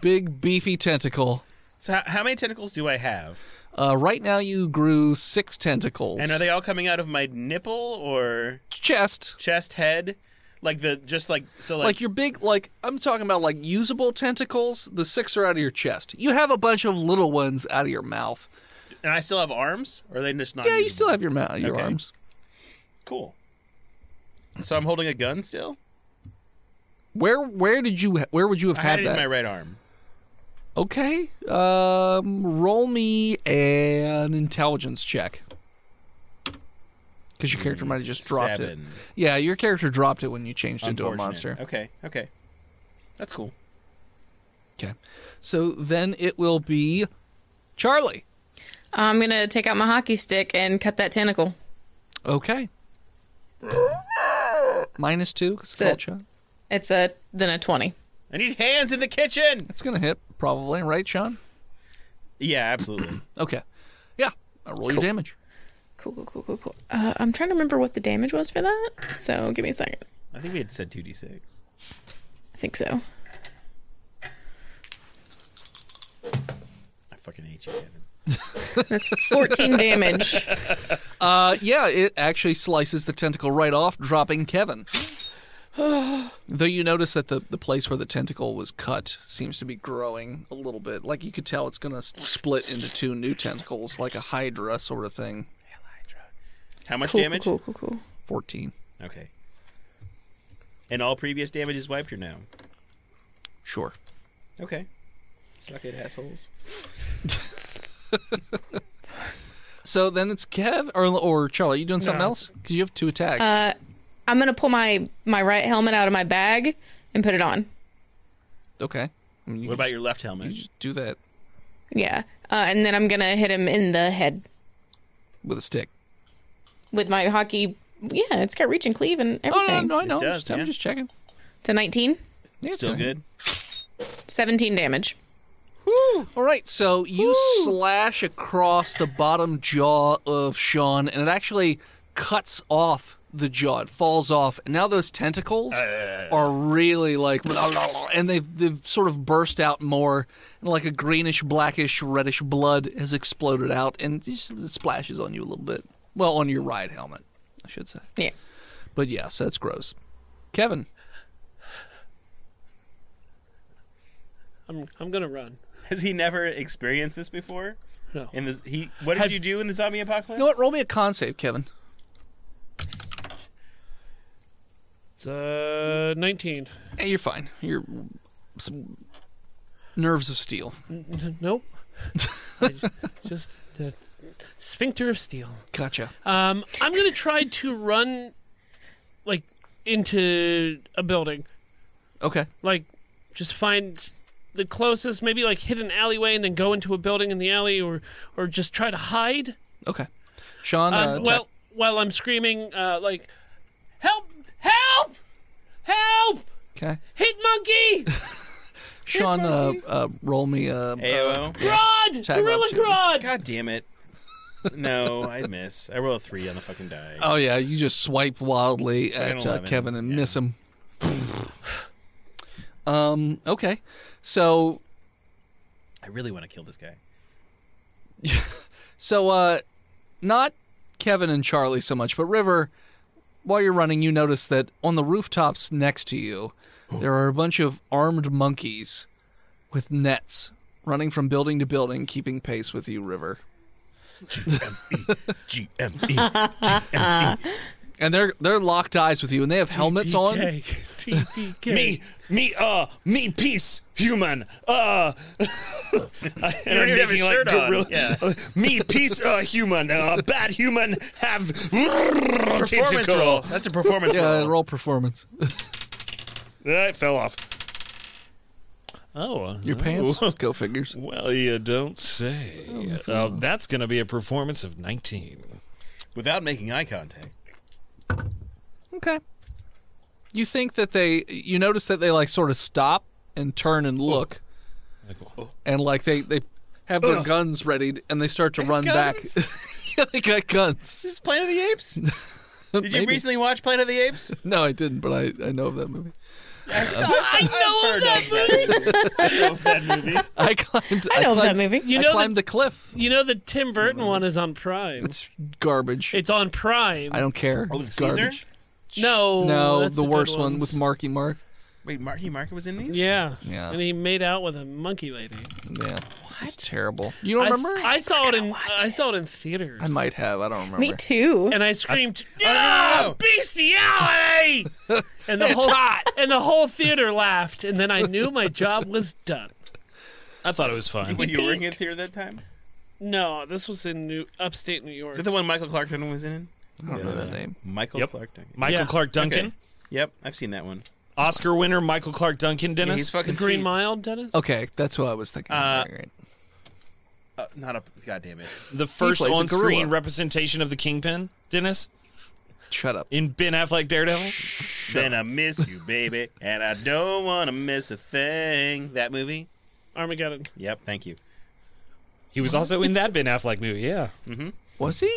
[SPEAKER 3] big beefy tentacle.
[SPEAKER 4] So how, how many tentacles do I have?
[SPEAKER 3] Uh, right now, you grew six tentacles.
[SPEAKER 4] And are they all coming out of my nipple or
[SPEAKER 3] chest?
[SPEAKER 4] chest, head? Like the just like so like,
[SPEAKER 3] Like your big, like I'm talking about, like usable tentacles. The six are out of your chest. You have a bunch of little ones out of your mouth.
[SPEAKER 4] and I still have arms? Or are they just not
[SPEAKER 3] Yeah, you
[SPEAKER 4] usable?
[SPEAKER 3] still have your mouth, your
[SPEAKER 4] Um, Okay.
[SPEAKER 3] arms.
[SPEAKER 4] Cool. So I'm holding a gun still?
[SPEAKER 3] Where where did you where would you have
[SPEAKER 4] I
[SPEAKER 3] had
[SPEAKER 4] had it
[SPEAKER 3] that?
[SPEAKER 4] in my right arm.
[SPEAKER 3] Okay. Um, roll me an intelligence check. Because your character might have just dropped it.
[SPEAKER 4] Seven.
[SPEAKER 3] Yeah, your character dropped it when you changed into a
[SPEAKER 4] Unfortunate.
[SPEAKER 3] monster.
[SPEAKER 4] Okay, okay. That's cool.
[SPEAKER 3] Okay. So then it will be Charlie.
[SPEAKER 6] I'm going to take out my hockey stick and cut that tentacle.
[SPEAKER 3] Okay. Minus two, 'cause it's
[SPEAKER 6] That's
[SPEAKER 3] called Sean.
[SPEAKER 6] it. It's a then a 20.
[SPEAKER 4] I need hands in the kitchen.
[SPEAKER 3] It's going to hit, probably, right, Sean?
[SPEAKER 4] Yeah,
[SPEAKER 3] <clears throat>
[SPEAKER 4] absolutely.
[SPEAKER 3] Okay. Yeah. I roll your damage.
[SPEAKER 6] Cool, cool, cool, cool, cool. Uh, I'm trying to remember what the damage was for that. So give me a second.
[SPEAKER 4] I think we had said 2d6.
[SPEAKER 6] I think so.
[SPEAKER 4] I fucking hate you, Kevin.
[SPEAKER 6] That's 14 damage.
[SPEAKER 3] Uh, yeah, it actually slices the tentacle right off, dropping Kevin. Though you notice that the, the place where the tentacle was cut seems to be growing a little bit. Like you could tell it's going to split into two new tentacles, like a Hydra sort of thing.
[SPEAKER 4] How much
[SPEAKER 6] Cool, cool,
[SPEAKER 4] damage?
[SPEAKER 6] cool, cool, cool.
[SPEAKER 3] 14.
[SPEAKER 4] Okay. And all previous damage is wiped or no?
[SPEAKER 3] Sure.
[SPEAKER 4] Okay. Suck it, assholes.
[SPEAKER 3] So then it's Kev or, or Charlie. You doing something else? Because you have two attacks.
[SPEAKER 6] I'm going to pull my, my right helmet out of my bag and put it on.
[SPEAKER 3] okay. I mean, you can
[SPEAKER 4] What about
[SPEAKER 3] just-
[SPEAKER 4] your left helmet?
[SPEAKER 3] You just do that
[SPEAKER 6] Yeah. Uh, and then I'm going to hit him in the head
[SPEAKER 3] with a stick.
[SPEAKER 6] with my hockey. Yeah, it's got reach and cleave and
[SPEAKER 3] Oh,
[SPEAKER 6] everything.
[SPEAKER 3] no, no, I know. I'm
[SPEAKER 4] does,
[SPEAKER 3] just- I'm
[SPEAKER 4] yeah.
[SPEAKER 3] just checking.
[SPEAKER 6] To 19,
[SPEAKER 3] Yeah, it's
[SPEAKER 4] Still
[SPEAKER 3] gonna-
[SPEAKER 4] good.
[SPEAKER 6] 17 damage.
[SPEAKER 3] All right, so you slash across the bottom jaw of Sean, and it actually cuts off the jaw. It falls off, and now those tentacles are really like, and they've they've sort of burst out more, and like a greenish, blackish, reddish blood has exploded out, and just it splashes on you a little bit. Well, on your ride helmet, I should say.
[SPEAKER 6] Yeah.
[SPEAKER 3] But yeah, so that's gross. Kevin,
[SPEAKER 2] I'm, I'm gonna run.
[SPEAKER 4] <laughs> Has he never experienced this before?
[SPEAKER 2] No.
[SPEAKER 4] In this, he what did
[SPEAKER 2] Have-
[SPEAKER 4] you do in the zombie apocalypse?
[SPEAKER 3] you know what? Roll me a con save, Kevin.
[SPEAKER 2] It's uh 19.
[SPEAKER 3] Hey, you're fine. You're some nerves of steel.
[SPEAKER 2] Nope. <laughs> I j- just the sphincter of steel.
[SPEAKER 3] Gotcha.
[SPEAKER 2] Um, I'm gonna try to run, like, into a building.
[SPEAKER 3] Okay.
[SPEAKER 2] Like, just find the closest. Maybe like hit an alleyway and then go into a building in the alley, or or just try to hide.
[SPEAKER 3] Okay. Sean,
[SPEAKER 2] Um,
[SPEAKER 3] uh, ta-
[SPEAKER 2] well, while I'm screaming, uh, like, help, help, help!
[SPEAKER 3] okay.
[SPEAKER 2] Hit <laughs> monkey,
[SPEAKER 3] Sean, uh, uh, roll me a. Uh,
[SPEAKER 4] AOO.
[SPEAKER 2] Grod,
[SPEAKER 3] Tag
[SPEAKER 2] gorilla
[SPEAKER 3] opportunity.
[SPEAKER 2] Grod.
[SPEAKER 4] God damn it. No, I miss. I roll a three on the fucking die.
[SPEAKER 3] oh yeah, you just swipe wildly at uh,
[SPEAKER 4] 11,
[SPEAKER 3] Kevin and
[SPEAKER 4] yeah.
[SPEAKER 3] miss him. <sighs> um. Okay. So
[SPEAKER 4] I really want to kill this guy.
[SPEAKER 3] so uh, not Kevin and Charlie so much, but River. While you're running, you notice that on the rooftops next to you, there are a bunch of armed monkeys with nets running from building to building, keeping pace with you, River. E.
[SPEAKER 4] GME.
[SPEAKER 3] And they're they're locked eyes with you, and they have helmets on.
[SPEAKER 2] TPK, TPK.
[SPEAKER 5] Me, me, uh, me, peace, human. Uh, <laughs> you
[SPEAKER 4] don't even have a shirt on, yeah.
[SPEAKER 5] me, peace, uh, human. Uh, bad human have <laughs>
[SPEAKER 4] performance
[SPEAKER 5] tentacle.
[SPEAKER 4] roll. That's a performance
[SPEAKER 3] Yeah,
[SPEAKER 4] roll.
[SPEAKER 3] roll performance.
[SPEAKER 5] Ah, it fell off. Oh, uh,
[SPEAKER 3] Your pants. Go figures.
[SPEAKER 5] Well, you don't say. Uh, that's going to be a performance of 19.
[SPEAKER 4] Without making eye contact.
[SPEAKER 3] Okay. You think that they? You
[SPEAKER 4] Oh.
[SPEAKER 3] notice that they like sort of stop and turn and look,
[SPEAKER 5] Like, oh,
[SPEAKER 3] and like they they have their guns readied and they start to run
[SPEAKER 4] guns?
[SPEAKER 3] back. <laughs> yeah, they got guns.
[SPEAKER 4] This is Planet of the
[SPEAKER 3] <laughs>
[SPEAKER 4] Apes. Did you
[SPEAKER 3] Maybe.
[SPEAKER 4] recently watch Planet of the Apes?
[SPEAKER 3] No, I didn't, but I, I know of that movie.
[SPEAKER 4] I know that movie. I know of that movie.
[SPEAKER 3] I climbed.
[SPEAKER 6] I know of that
[SPEAKER 3] climbed-
[SPEAKER 6] movie.
[SPEAKER 2] You
[SPEAKER 3] I
[SPEAKER 2] know
[SPEAKER 3] climbed
[SPEAKER 2] the,
[SPEAKER 3] the cliff.
[SPEAKER 2] you know the Tim Burton one is on Prime. It's,
[SPEAKER 3] It's garbage.
[SPEAKER 2] on <laughs> Prime.
[SPEAKER 3] I don't care.
[SPEAKER 4] Oh,
[SPEAKER 3] it's
[SPEAKER 4] Caesar? Oh,
[SPEAKER 3] garbage.
[SPEAKER 2] No,
[SPEAKER 3] no,
[SPEAKER 2] that's
[SPEAKER 3] the
[SPEAKER 2] good
[SPEAKER 3] worst one
[SPEAKER 2] ones.
[SPEAKER 3] with Marky Mark.
[SPEAKER 4] Wait, Marky Mark was in these?
[SPEAKER 2] Yeah.
[SPEAKER 3] Yeah.
[SPEAKER 2] And he made out with a monkey lady.
[SPEAKER 3] Yeah, it's terrible. You don't
[SPEAKER 2] I, s-
[SPEAKER 3] remember?
[SPEAKER 2] I saw it in I saw it in theaters.
[SPEAKER 3] I might have. I don't remember.
[SPEAKER 6] Me too.
[SPEAKER 2] and I screamed,
[SPEAKER 4] no, no,
[SPEAKER 2] "Ah,
[SPEAKER 4] no.
[SPEAKER 2] <laughs> bestiality!" and the whole and the whole theater laughed, and then I knew my job was done.
[SPEAKER 5] I thought it was fun.
[SPEAKER 4] When you were working at theater that time?
[SPEAKER 2] No, this was in New, upstate New York.
[SPEAKER 4] Is that the one Michael Clark Duncan was in?
[SPEAKER 3] I don't know that name.
[SPEAKER 4] Michael
[SPEAKER 5] Yep.
[SPEAKER 4] Clark Duncan.
[SPEAKER 5] Michael
[SPEAKER 2] Yeah.
[SPEAKER 5] Clark Duncan,
[SPEAKER 4] Okay. Yep, I've seen that one.
[SPEAKER 5] Oscar winner Michael Clark Duncan,
[SPEAKER 4] Yeah,
[SPEAKER 5] Dennis.
[SPEAKER 4] he's fucking
[SPEAKER 2] Green
[SPEAKER 4] sweet.
[SPEAKER 2] Mile, Dennis?
[SPEAKER 6] Oh.
[SPEAKER 3] Okay, that's what I was thinking.
[SPEAKER 4] Uh,
[SPEAKER 3] Right, right.
[SPEAKER 4] Uh, not a. God damn it.
[SPEAKER 5] the first
[SPEAKER 3] plays a
[SPEAKER 5] on-screen
[SPEAKER 3] gorilla.
[SPEAKER 5] representation of the Kingpin, Dennis,
[SPEAKER 3] Shut up.
[SPEAKER 5] in Ben Affleck Daredevil.
[SPEAKER 4] Then I miss you, baby, and I don't want to miss a thing. That movie?
[SPEAKER 2] Armageddon.
[SPEAKER 4] Yep, thank you.
[SPEAKER 5] He was also in that Ben Affleck movie. Yeah,
[SPEAKER 3] Was he?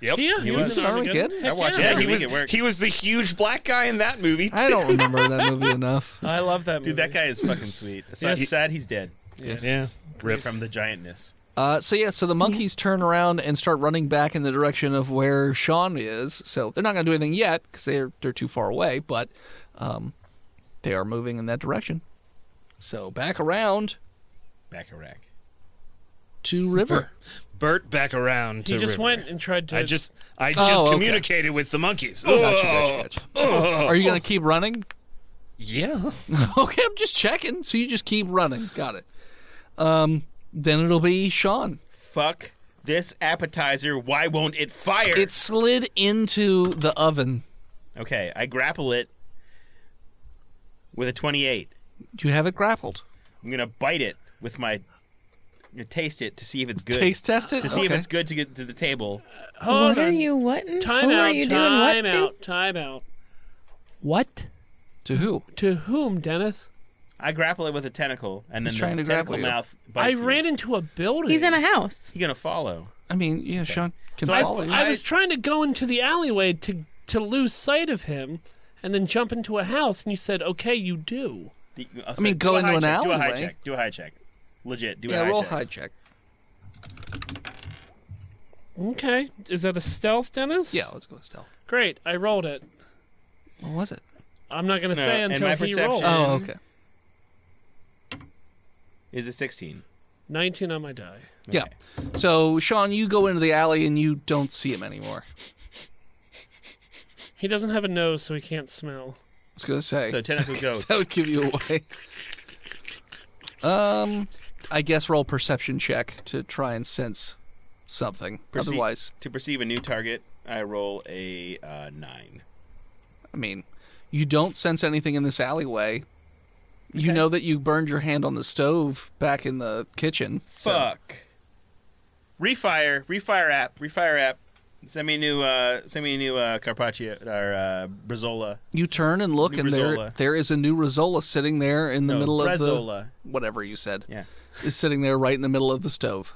[SPEAKER 2] Yeah, he, was,
[SPEAKER 4] was
[SPEAKER 2] in Armageddon.
[SPEAKER 3] in Armageddon?
[SPEAKER 2] Heck
[SPEAKER 4] I watched
[SPEAKER 2] yeah.
[SPEAKER 4] it.
[SPEAKER 5] he
[SPEAKER 4] Every week
[SPEAKER 5] was.
[SPEAKER 4] at work.
[SPEAKER 5] He was the huge black guy in that movie. Too.
[SPEAKER 3] I don't remember that movie enough.
[SPEAKER 2] I love that movie.
[SPEAKER 4] Dude, that guy is fucking sweet.
[SPEAKER 3] <laughs>
[SPEAKER 4] It's
[SPEAKER 2] Yeah.
[SPEAKER 4] sad he's dead
[SPEAKER 5] Yeah, rip.
[SPEAKER 4] from the giantness.
[SPEAKER 3] Uh, so yeah, so the monkeys turn around and start running back in the direction of where Sean is. So they're not going to do anything yet because they're they're too far away, but um, they are moving in that direction. So back around
[SPEAKER 4] Bacharach.
[SPEAKER 3] to River.
[SPEAKER 5] Bert back around. To
[SPEAKER 2] He just
[SPEAKER 5] River.
[SPEAKER 2] went and tried to.
[SPEAKER 5] I just, I just
[SPEAKER 3] okay.
[SPEAKER 5] communicated with the monkeys.
[SPEAKER 3] Gotcha, gotcha, gotcha. Are you going to keep running? <laughs>
[SPEAKER 5] Yeah.
[SPEAKER 3] Okay, I'm just checking. So you just keep running. Got it. Um, then it'll be Sean.
[SPEAKER 4] Fuck this appetizer. Why won't it fire?
[SPEAKER 3] It slid into the oven.
[SPEAKER 4] okay, I grapple it with a 28.
[SPEAKER 3] You have it grappled.
[SPEAKER 4] I'm going to bite it with my. you know, Taste it to see if it's good.
[SPEAKER 3] Taste test it.
[SPEAKER 4] to see if
[SPEAKER 3] Okay.
[SPEAKER 4] it's good to get to the table.
[SPEAKER 2] Hold
[SPEAKER 6] what are
[SPEAKER 2] on.
[SPEAKER 6] you whatting?
[SPEAKER 2] Time
[SPEAKER 6] Who
[SPEAKER 2] out.
[SPEAKER 6] are you doing
[SPEAKER 2] time
[SPEAKER 6] what to?
[SPEAKER 2] out. Time out. What?
[SPEAKER 3] to who?
[SPEAKER 2] To whom, Dennis?
[SPEAKER 4] I grapple it with a tentacle, and then
[SPEAKER 3] He's
[SPEAKER 4] the
[SPEAKER 3] trying to grapple
[SPEAKER 4] tentacle
[SPEAKER 3] you.
[SPEAKER 4] mouth.
[SPEAKER 2] I
[SPEAKER 4] Bites
[SPEAKER 2] ran into a building.
[SPEAKER 6] He's in a house.
[SPEAKER 4] He gonna follow.
[SPEAKER 3] I mean, yeah, Sean can
[SPEAKER 4] So I-
[SPEAKER 3] follow you.
[SPEAKER 2] I was trying to go into the alleyway to to lose sight of him, and then jump into a house. And you said, "Okay, you do."
[SPEAKER 4] The-
[SPEAKER 3] I mean,
[SPEAKER 4] said,
[SPEAKER 3] go
[SPEAKER 4] do a
[SPEAKER 3] into
[SPEAKER 4] high
[SPEAKER 3] an
[SPEAKER 4] check, Do a high
[SPEAKER 3] alleyway.
[SPEAKER 4] check. Do a high check. Legit. Do
[SPEAKER 3] yeah,
[SPEAKER 4] a high
[SPEAKER 3] roll
[SPEAKER 4] check.
[SPEAKER 3] high check.
[SPEAKER 2] Okay, is that a stealth, Dennis?
[SPEAKER 3] Yeah, let's go with stealth.
[SPEAKER 2] Great, I rolled it.
[SPEAKER 3] What was it?
[SPEAKER 2] I'm not gonna
[SPEAKER 4] No,
[SPEAKER 2] say
[SPEAKER 4] and
[SPEAKER 2] until
[SPEAKER 4] my
[SPEAKER 2] he
[SPEAKER 4] perception
[SPEAKER 2] rolls.
[SPEAKER 4] is-
[SPEAKER 3] Oh, okay.
[SPEAKER 4] Is it sixteen?
[SPEAKER 2] 19 on my die.
[SPEAKER 3] Yeah. So Sean, you go into the alley and you don't see him anymore.
[SPEAKER 2] He doesn't have a nose, so he can't smell.
[SPEAKER 3] I was gonna say
[SPEAKER 4] So tentacle goes.
[SPEAKER 3] <laughs> that would give you away. um, I guess roll perception check to try and sense something.
[SPEAKER 4] Perceive-
[SPEAKER 3] Otherwise,
[SPEAKER 4] to perceive a new target, I roll a uh, nine.
[SPEAKER 3] I mean, you don't sense anything in this alleyway. You know that you burned your hand on the stove back in the kitchen. so-
[SPEAKER 4] Fuck. Refire. Refire app. Refire app. Send me a new. Uh, send me a new uh, Carpaccio or uh, Brazola.
[SPEAKER 3] You turn and look,
[SPEAKER 4] New
[SPEAKER 3] and there
[SPEAKER 4] Brazola.
[SPEAKER 3] there is a new Rosola sitting there in the
[SPEAKER 4] No,
[SPEAKER 3] middle of
[SPEAKER 4] Brazola.
[SPEAKER 3] the whatever you said
[SPEAKER 4] Yeah.
[SPEAKER 3] is sitting there right in the middle of the stove.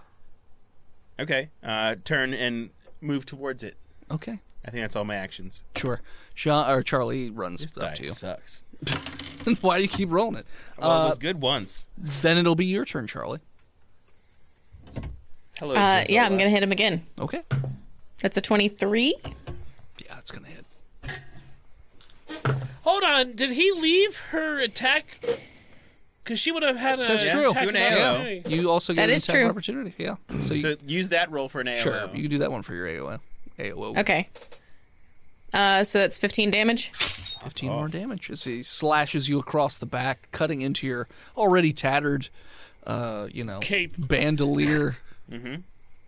[SPEAKER 4] Okay. Uh, turn and move towards it.
[SPEAKER 3] Okay,
[SPEAKER 4] I think that's all my actions.
[SPEAKER 3] sure. Sean or Charlie runs
[SPEAKER 4] This
[SPEAKER 3] up
[SPEAKER 4] die
[SPEAKER 3] to you.
[SPEAKER 4] sucks.
[SPEAKER 3] <laughs> Why do you keep rolling it?
[SPEAKER 4] Well,
[SPEAKER 3] Uh,
[SPEAKER 4] it was good once.
[SPEAKER 3] Then it'll be your turn, Charlie.
[SPEAKER 4] Hello.
[SPEAKER 6] Uh, yeah, I'm
[SPEAKER 4] Brazola.
[SPEAKER 6] gonna hit him again.
[SPEAKER 3] Okay.
[SPEAKER 6] That's a 23.
[SPEAKER 3] Yeah, it's gonna hit.
[SPEAKER 2] Hold on, did he leave her attack? Because she would have had
[SPEAKER 6] Oh,
[SPEAKER 2] a.
[SPEAKER 3] That's
[SPEAKER 4] Yeah,
[SPEAKER 3] true.
[SPEAKER 2] Attack
[SPEAKER 4] do an
[SPEAKER 2] of
[SPEAKER 4] AO.
[SPEAKER 2] opportunity.
[SPEAKER 3] You also get
[SPEAKER 6] That
[SPEAKER 3] an
[SPEAKER 6] is
[SPEAKER 3] attack
[SPEAKER 6] true.
[SPEAKER 3] of opportunity. Yeah. So, you,
[SPEAKER 4] So use that roll for an AOL.
[SPEAKER 3] sure, you can do that one for your AOO. AOO.
[SPEAKER 6] Okay. Uh, so that's 15 damage.
[SPEAKER 3] 15 more damage as he slashes you across the back, cutting into your already tattered, uh, you know,
[SPEAKER 2] Cape.
[SPEAKER 3] bandolier,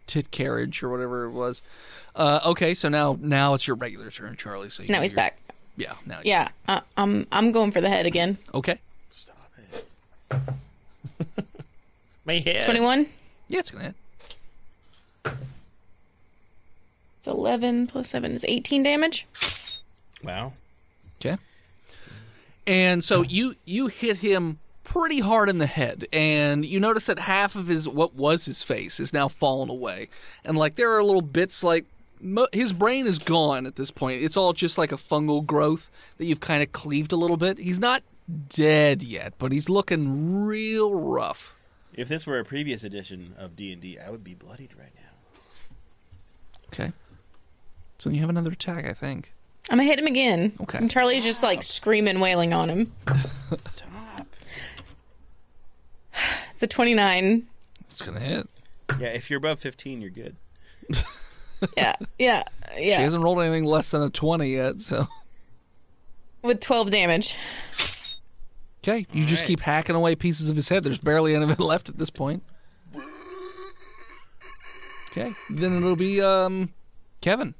[SPEAKER 3] tit carriage or whatever it was. Uh, okay, so now now it's your regular turn, Charlie. So you
[SPEAKER 6] Now
[SPEAKER 3] do
[SPEAKER 6] he's
[SPEAKER 3] your-
[SPEAKER 6] back.
[SPEAKER 3] Yeah, now you-
[SPEAKER 6] Yeah, uh, I'm I'm going for the head again.
[SPEAKER 3] Okay,
[SPEAKER 5] My head.
[SPEAKER 6] 21.
[SPEAKER 3] yeah, it's gonna hit.
[SPEAKER 6] It's 11 plus 7 is 18 damage.
[SPEAKER 4] Wow.
[SPEAKER 3] Okay, and so you you hit him pretty hard in the head, and you notice that half of his what was his face is now fallen away, and like there are little bits like mo- his brain is gone at this point. It's all just like a fungal growth that you've kind of cleaved a little bit. He's not dead yet, but he's looking real rough.
[SPEAKER 4] If this were a previous edition of D and I would be bloodied right now.
[SPEAKER 3] Okay, so you have another attack, I think.
[SPEAKER 6] I'm gonna hit him again.
[SPEAKER 3] Okay.
[SPEAKER 6] And Charlie's just like screaming, wailing on him.
[SPEAKER 4] Stop.
[SPEAKER 6] It's a 29.
[SPEAKER 3] It's gonna hit.
[SPEAKER 4] Yeah, if you're above 15, you're good.
[SPEAKER 6] Yeah, yeah, yeah.
[SPEAKER 3] She hasn't rolled anything less than a twenty yet, so.
[SPEAKER 6] With 12 damage.
[SPEAKER 3] Okay, you just
[SPEAKER 4] right.
[SPEAKER 3] keep hacking away pieces of his head. There's barely any of it left at this point. Okay, then it'll be um, Kevin.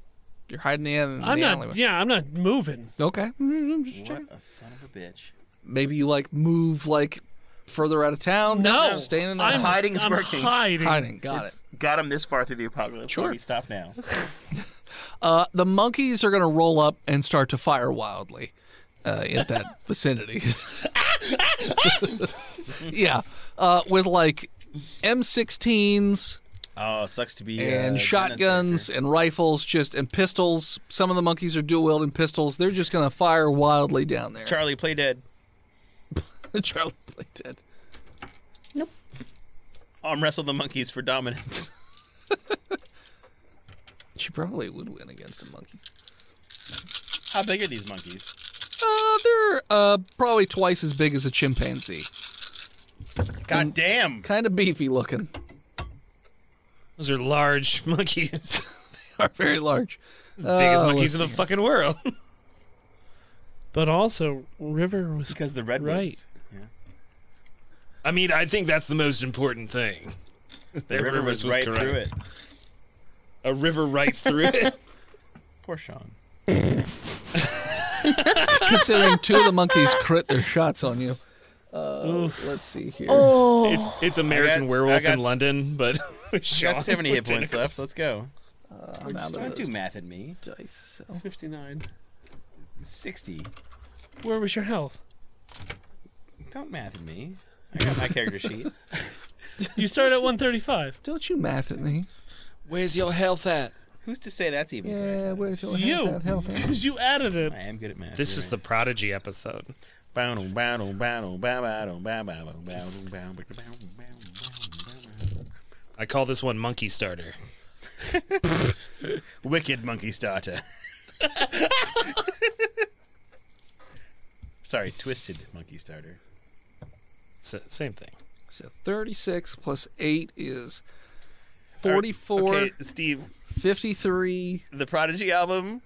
[SPEAKER 3] You're hiding the in
[SPEAKER 2] I'm
[SPEAKER 3] the
[SPEAKER 2] not.
[SPEAKER 3] alleyway.
[SPEAKER 2] Yeah, I'm not moving.
[SPEAKER 3] Okay, Mm, just
[SPEAKER 4] What
[SPEAKER 3] checking.
[SPEAKER 4] a son of a bitch.
[SPEAKER 3] maybe you like move like further out of town.
[SPEAKER 2] No,
[SPEAKER 3] staying in
[SPEAKER 2] I'm
[SPEAKER 4] Hiding's
[SPEAKER 2] I'm
[SPEAKER 4] working.
[SPEAKER 2] Hiding.
[SPEAKER 3] hiding. Got it.
[SPEAKER 4] It's got him this far through the apocalypse.
[SPEAKER 3] Sure.
[SPEAKER 4] Let me stop now.
[SPEAKER 3] Uh, the monkeys are going to roll up and start to fire wildly uh,
[SPEAKER 2] <laughs>
[SPEAKER 3] at that vicinity. <laughs> yeah, uh, with like M16s,
[SPEAKER 4] Oh, sucks to be uh,
[SPEAKER 3] and
[SPEAKER 4] Dennis
[SPEAKER 3] shotguns
[SPEAKER 4] Baker.
[SPEAKER 3] and rifles just and pistols some of the monkeys are dual wielding pistols they're just gonna fire wildly down there
[SPEAKER 4] Charlie, play dead.
[SPEAKER 3] <laughs> charlie played dead
[SPEAKER 4] Arm wrestle the monkeys for dominance.
[SPEAKER 3] she probably would win against the monkeys
[SPEAKER 4] How big are these monkeys?
[SPEAKER 3] uh, they're uh, probably twice as big as a chimpanzee
[SPEAKER 4] God damn!
[SPEAKER 3] kind of beefy looking <laughs>
[SPEAKER 5] Those are large monkeys, <laughs>
[SPEAKER 3] are very large
[SPEAKER 5] biggest
[SPEAKER 3] Uh,
[SPEAKER 5] monkeys in the
[SPEAKER 3] let's see
[SPEAKER 5] fucking world. <laughs>
[SPEAKER 2] But also, River was
[SPEAKER 4] Because the redwoods.
[SPEAKER 2] Right.
[SPEAKER 5] I mean, I think that's the most important thing.
[SPEAKER 4] The river was, right through it.
[SPEAKER 5] A river rights through <laughs> it.
[SPEAKER 4] Poor Sean.
[SPEAKER 3] here. considering two of the monkeys crit their shots on you uh, let's see here
[SPEAKER 6] Oh.
[SPEAKER 5] It's it's American
[SPEAKER 4] I got- I
[SPEAKER 5] Werewolf
[SPEAKER 4] got
[SPEAKER 5] in
[SPEAKER 4] s-
[SPEAKER 5] London,
[SPEAKER 4] <laughs>
[SPEAKER 5] but
[SPEAKER 4] Got
[SPEAKER 5] Sean Uh,
[SPEAKER 4] 70
[SPEAKER 5] with
[SPEAKER 4] hit points left.
[SPEAKER 5] tentacles.
[SPEAKER 4] Let's go.
[SPEAKER 3] I'm out
[SPEAKER 4] Don't
[SPEAKER 3] of
[SPEAKER 4] do
[SPEAKER 3] those
[SPEAKER 4] math at me.
[SPEAKER 3] dice so.
[SPEAKER 2] 59.
[SPEAKER 4] 60.
[SPEAKER 2] Where was your health?
[SPEAKER 4] Don't math at me. I got my character sheet.
[SPEAKER 2] You started at 135.
[SPEAKER 3] don't you math at me
[SPEAKER 5] Where's your health at?
[SPEAKER 4] Who's to say that's even correct?
[SPEAKER 3] yeah Uh, where's your
[SPEAKER 2] You.
[SPEAKER 3] health, health, health?
[SPEAKER 2] Because you added it.
[SPEAKER 4] I am good at math.
[SPEAKER 5] This
[SPEAKER 4] you're
[SPEAKER 5] is
[SPEAKER 4] right.
[SPEAKER 5] the Prodigy episode.
[SPEAKER 4] Bow-dum, bow-dum, bow-dum, bow-dum, bow-dum, bow-dum, bow-dum, bow-dum, bow-dum, bow-dum, bow-dum, bow-dum.
[SPEAKER 5] I call this one Monkey Starter.
[SPEAKER 4] Wicked monkey starter. <laughs> Sorry, twisted monkey starter.
[SPEAKER 5] S- same thing.
[SPEAKER 3] So 36 plus 8 is 44,
[SPEAKER 4] Okay, Steve,
[SPEAKER 3] 53.
[SPEAKER 4] the Prodigy album.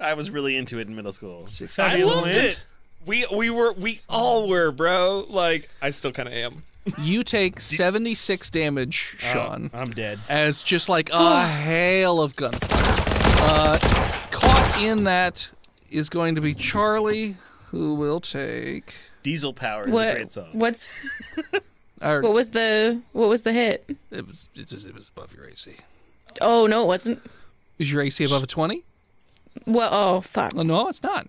[SPEAKER 4] I was really into it in middle school.
[SPEAKER 5] I
[SPEAKER 2] Fabulous
[SPEAKER 5] loved
[SPEAKER 2] land.
[SPEAKER 5] it. We we were we all were, bro. Like I still kind of am.
[SPEAKER 3] You take 76 damage, Sean,
[SPEAKER 4] I'm dead.
[SPEAKER 3] as just like a hail of gunfire. Uh, caught in that is going to be Charlie, who will take.
[SPEAKER 4] Diesel Power is a great
[SPEAKER 6] What,
[SPEAKER 4] song.
[SPEAKER 6] what's,
[SPEAKER 3] Or,
[SPEAKER 6] what was the, what was the hit?
[SPEAKER 3] it, was, it, was, it was above your AC.
[SPEAKER 6] Oh, no, it wasn't.
[SPEAKER 3] Is your AC above a 20?
[SPEAKER 6] Well, oh, fuck.
[SPEAKER 3] Oh, no, it's not.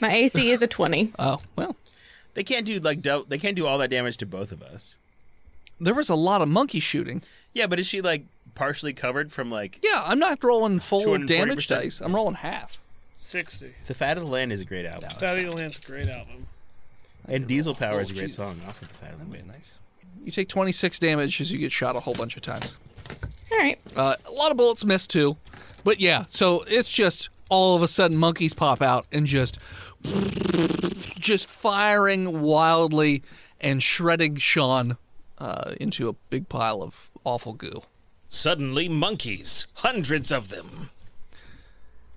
[SPEAKER 6] My AC is a 20.
[SPEAKER 3] Oh, well.
[SPEAKER 4] They can't do like do- they can't do all that damage to both of us.
[SPEAKER 3] There was a lot of monkey shooting.
[SPEAKER 4] Yeah, but is she like partially covered from like
[SPEAKER 3] Yeah, I'm not rolling full
[SPEAKER 4] 240%.
[SPEAKER 3] damage dice. I'm rolling half.
[SPEAKER 2] 60.
[SPEAKER 4] The Fat of the Land is a great album,
[SPEAKER 2] Fatty Land's a great album.
[SPEAKER 4] and Diesel Power is a
[SPEAKER 3] Oh,
[SPEAKER 4] great
[SPEAKER 3] jeez.
[SPEAKER 4] song off of the Fat of the Land.
[SPEAKER 3] nice. You take 26 damage as you get shot a whole bunch of times.
[SPEAKER 6] All right.
[SPEAKER 3] Uh, a lot of bullets miss too, but yeah. So it's just all of a sudden monkeys pop out and just, just firing wildly and shredding Sean uh, into a big pile of awful goo.
[SPEAKER 5] Suddenly, monkeys, hundreds of them.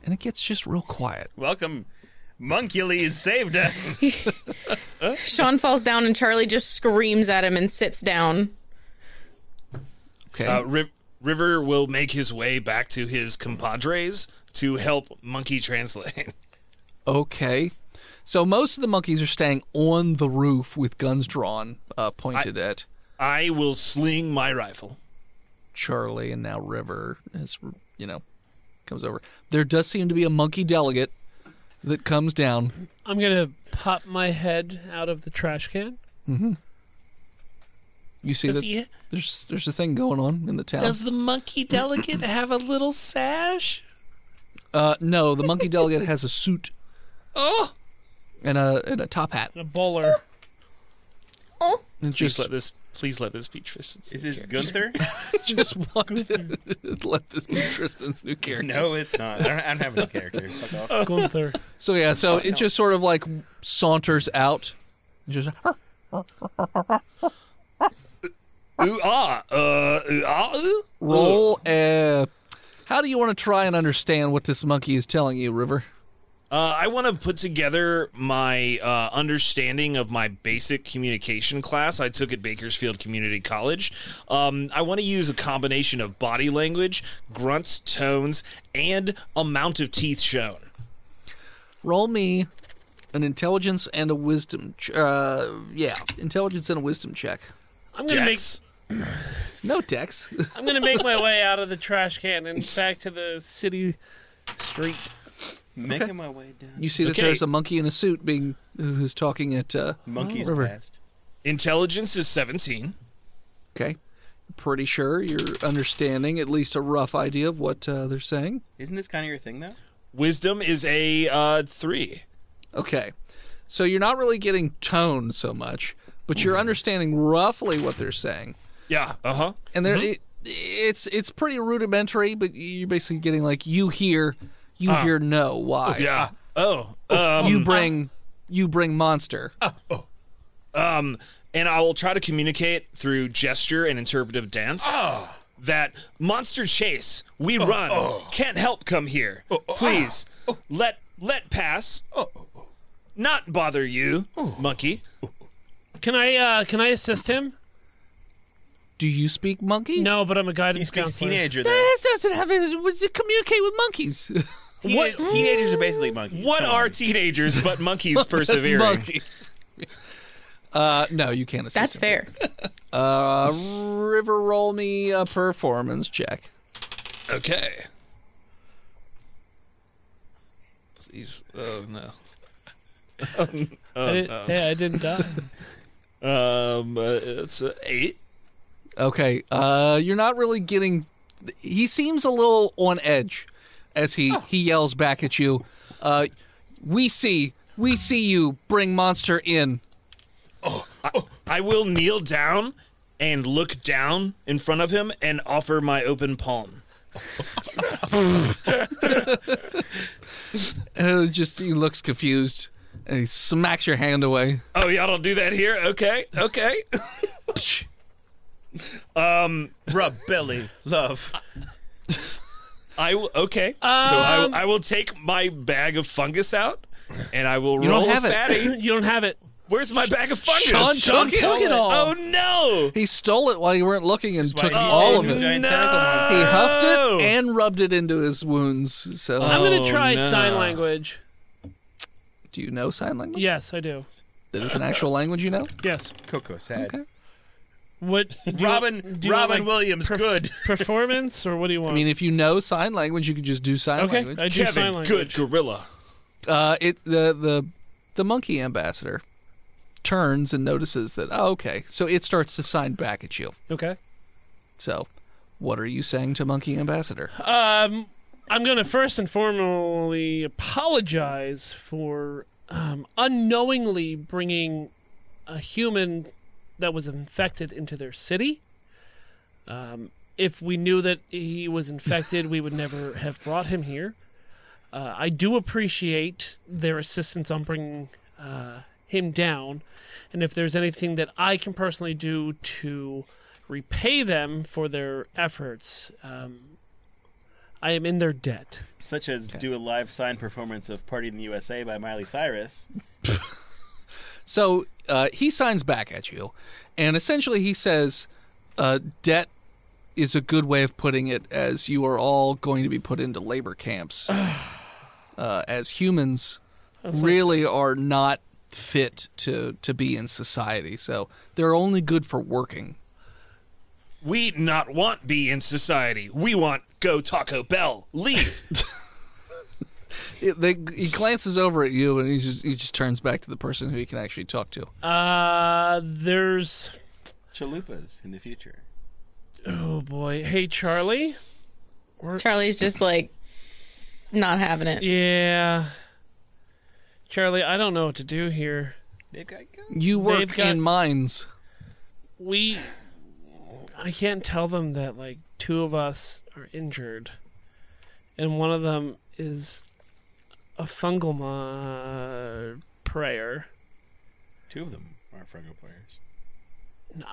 [SPEAKER 3] And it gets just real quiet.
[SPEAKER 4] Welcome, Monkules saved us.
[SPEAKER 6] Sean falls down and Charlie just screams at him and sits down.
[SPEAKER 3] Okay.
[SPEAKER 5] Uh, Ri- River will make his way back to his compadres to help Monkey <laughs> translate.
[SPEAKER 3] okay. So most of the monkeys are staying on the roof with guns drawn, uh, pointed at
[SPEAKER 5] I will sling my rifle.
[SPEAKER 3] Charlie and now River is you know comes over. There does seem to be a monkey delegate that comes down.
[SPEAKER 2] I'm going to pop my head out of the trash can.
[SPEAKER 3] You see
[SPEAKER 5] Does
[SPEAKER 3] that
[SPEAKER 5] he-
[SPEAKER 3] there's there's a thing going on in the town.
[SPEAKER 5] Does the monkey delegate have a little sash?
[SPEAKER 3] uh, no, the
[SPEAKER 5] <laughs>
[SPEAKER 3] monkey delegate has a suit
[SPEAKER 5] Oh,
[SPEAKER 3] and a and a top hat.
[SPEAKER 2] A bowler.
[SPEAKER 6] Oh,
[SPEAKER 3] It's
[SPEAKER 5] please
[SPEAKER 3] just
[SPEAKER 5] let this. Please let this be
[SPEAKER 4] <laughs>
[SPEAKER 5] Tristan's.
[SPEAKER 4] Is this Gunther?
[SPEAKER 3] <laughs> just want to <laughs> let this be Tristan's new character.
[SPEAKER 4] <laughs> no, it's not. I don't, I don't have a new character. <laughs> Fuck off.
[SPEAKER 2] Gunther.
[SPEAKER 3] So yeah, so it just sort of like saunters out. Just
[SPEAKER 5] Ooh ah, uh, ooh ah, ooh.
[SPEAKER 3] roll. Uh, how do you want to try and understand what this monkey is telling you, River?
[SPEAKER 5] Uh, I want to put together my uh, understanding of my basic communication class I took at Bakersfield Community College. Um, I want to use a combination of body language, grunts, tones, and amount of teeth shown.
[SPEAKER 3] Roll me an intelligence and a wisdom. Ch- uh, yeah, intelligence and a wisdom check.
[SPEAKER 2] I'm gonna
[SPEAKER 5] Dex.
[SPEAKER 3] No Dex.
[SPEAKER 2] make. I'm gonna make my way out of the trash can and back to the city street.
[SPEAKER 4] Making my way down.
[SPEAKER 3] You see that
[SPEAKER 5] Okay.
[SPEAKER 3] there's a monkey in a suit being who's talking at uh,
[SPEAKER 4] Monkey's
[SPEAKER 3] River.
[SPEAKER 4] past.
[SPEAKER 5] Intelligence is 17.
[SPEAKER 3] Okay. Pretty sure you're understanding at least a rough idea of what uh, they're saying.
[SPEAKER 4] Isn't this kind of your thing though?
[SPEAKER 5] Wisdom is a uh, 3.
[SPEAKER 3] Okay. So you're not really getting tone so much, but
[SPEAKER 5] Mm-hmm.
[SPEAKER 3] you're understanding roughly what they're saying.
[SPEAKER 5] Yeah, uh huh.
[SPEAKER 3] And they're it, it's it's pretty rudimentary, but you're basically getting like you hear you hear no why.
[SPEAKER 5] Yeah. Ah. Oh, um, Ah.
[SPEAKER 3] You bring you bring monster.
[SPEAKER 5] um, and I will try to communicate through gesture and interpretive dance. That monster chase, we run. Can't help come here. Please let let pass. oh. Not bother you, monkey.
[SPEAKER 2] Can I? uh Can I assist him?
[SPEAKER 3] Do you speak monkey?
[SPEAKER 2] No, but I'm a
[SPEAKER 4] He
[SPEAKER 2] guidance
[SPEAKER 4] speaks
[SPEAKER 2] counselor.
[SPEAKER 4] teenager though.
[SPEAKER 3] That doesn't have anything. What does it communicate with monkeys? <laughs>
[SPEAKER 4] Teen- Teenagers are basically monkeys.
[SPEAKER 5] What
[SPEAKER 4] Come
[SPEAKER 5] are
[SPEAKER 4] on.
[SPEAKER 5] teenagers <laughs> but monkeys
[SPEAKER 3] <laughs>
[SPEAKER 5] persevering?
[SPEAKER 3] Monkeys. Uh, no, you can't assist.
[SPEAKER 6] that's
[SPEAKER 3] him.
[SPEAKER 6] fair.
[SPEAKER 3] Uh, River, roll me a performance check.
[SPEAKER 5] Okay. Please. Oh no.
[SPEAKER 2] I didn't- Yeah, I didn't die.
[SPEAKER 5] Um, uh, it's uh, eight.
[SPEAKER 3] Okay. Uh, you're not really getting. He seems a little on edge as he he yells back at you. Uh, we see, we see you bring monster in.
[SPEAKER 5] I will kneel down and look down in front of him and offer my open palm.
[SPEAKER 3] And it just he looks confused and he smacks your hand away.
[SPEAKER 5] Oh, y'all don't do that here? Okay, okay. <laughs>
[SPEAKER 4] Rub belly <laughs> love.
[SPEAKER 5] I will, okay. so I, will- I will take my bag of fungus out and I will
[SPEAKER 3] You don't
[SPEAKER 5] roll a
[SPEAKER 3] have it.
[SPEAKER 5] fatty.
[SPEAKER 2] you don't have it.
[SPEAKER 5] Where's my bag of fungus?
[SPEAKER 3] Sean
[SPEAKER 2] Don't
[SPEAKER 3] took it.
[SPEAKER 2] took it all.
[SPEAKER 5] oh, no. Oh,
[SPEAKER 3] He stole it while you weren't looking and took
[SPEAKER 4] why he's
[SPEAKER 3] all of
[SPEAKER 4] in
[SPEAKER 3] it.
[SPEAKER 4] the- Giant tentacle
[SPEAKER 5] no.
[SPEAKER 4] monster.
[SPEAKER 3] He huffed it and rubbed it into his wounds. So,
[SPEAKER 2] I'm
[SPEAKER 5] Oh,
[SPEAKER 2] gonna try
[SPEAKER 5] no.
[SPEAKER 2] sign language.
[SPEAKER 3] do you know sign language?
[SPEAKER 2] Yes, I do.
[SPEAKER 3] That is an actual language you know?
[SPEAKER 2] Yes.
[SPEAKER 4] Coco sad.
[SPEAKER 3] Okay.
[SPEAKER 2] What? do you
[SPEAKER 4] Robin
[SPEAKER 2] want- do you want,
[SPEAKER 4] Robin
[SPEAKER 2] like,
[SPEAKER 4] Williams, good.
[SPEAKER 2] performance or what do you want?
[SPEAKER 3] I mean, if you know sign language, you could just do sign
[SPEAKER 2] okay,
[SPEAKER 3] language.
[SPEAKER 2] I do sign
[SPEAKER 5] Kevin,
[SPEAKER 2] language.
[SPEAKER 5] good gorilla.
[SPEAKER 3] Uh, it the the the monkey ambassador turns and notices that. Oh, okay, so it starts to sign back at you.
[SPEAKER 2] Okay.
[SPEAKER 3] So, what are you saying to monkey ambassador?
[SPEAKER 2] Um, I'm going to first and formally apologize for um, unknowingly bringing a human that was infected into their city. Um, if we knew that he was infected, we would never have brought him here. Uh, I do appreciate their assistance on bringing uh, him down, and if there's anything that I can personally do to repay them for their efforts, um, I am in their debt.
[SPEAKER 4] Such as do a live sign performance of Party in the USA by Miley Cyrus.
[SPEAKER 3] So uh, he signs back at you, and essentially he says, uh, "Debt is a good way of putting it, as you are all going to be put into
[SPEAKER 2] <sighs>
[SPEAKER 3] labor camps, uh, as humans really are not fit to to be in society. So they're only good for working."
[SPEAKER 5] We not want be in society. We want go Taco Bell.
[SPEAKER 3] <laughs>
[SPEAKER 5] Leave.
[SPEAKER 3] It- they, he glances over at you and he just he just turns back to the person who he can actually talk to.
[SPEAKER 2] Uh, there's
[SPEAKER 8] chalupas in the future.
[SPEAKER 2] Oh boy. Hey Charlie.
[SPEAKER 6] Charlie's just like not having it.
[SPEAKER 2] Yeah. Charlie, I don't know what to do here.
[SPEAKER 8] They've got guns.
[SPEAKER 3] You work
[SPEAKER 2] They've got-
[SPEAKER 3] in mines.
[SPEAKER 2] We I can't tell them that like two of us are injured and one of them is a fungal ma- prayer.
[SPEAKER 8] Two of them are Fungo players.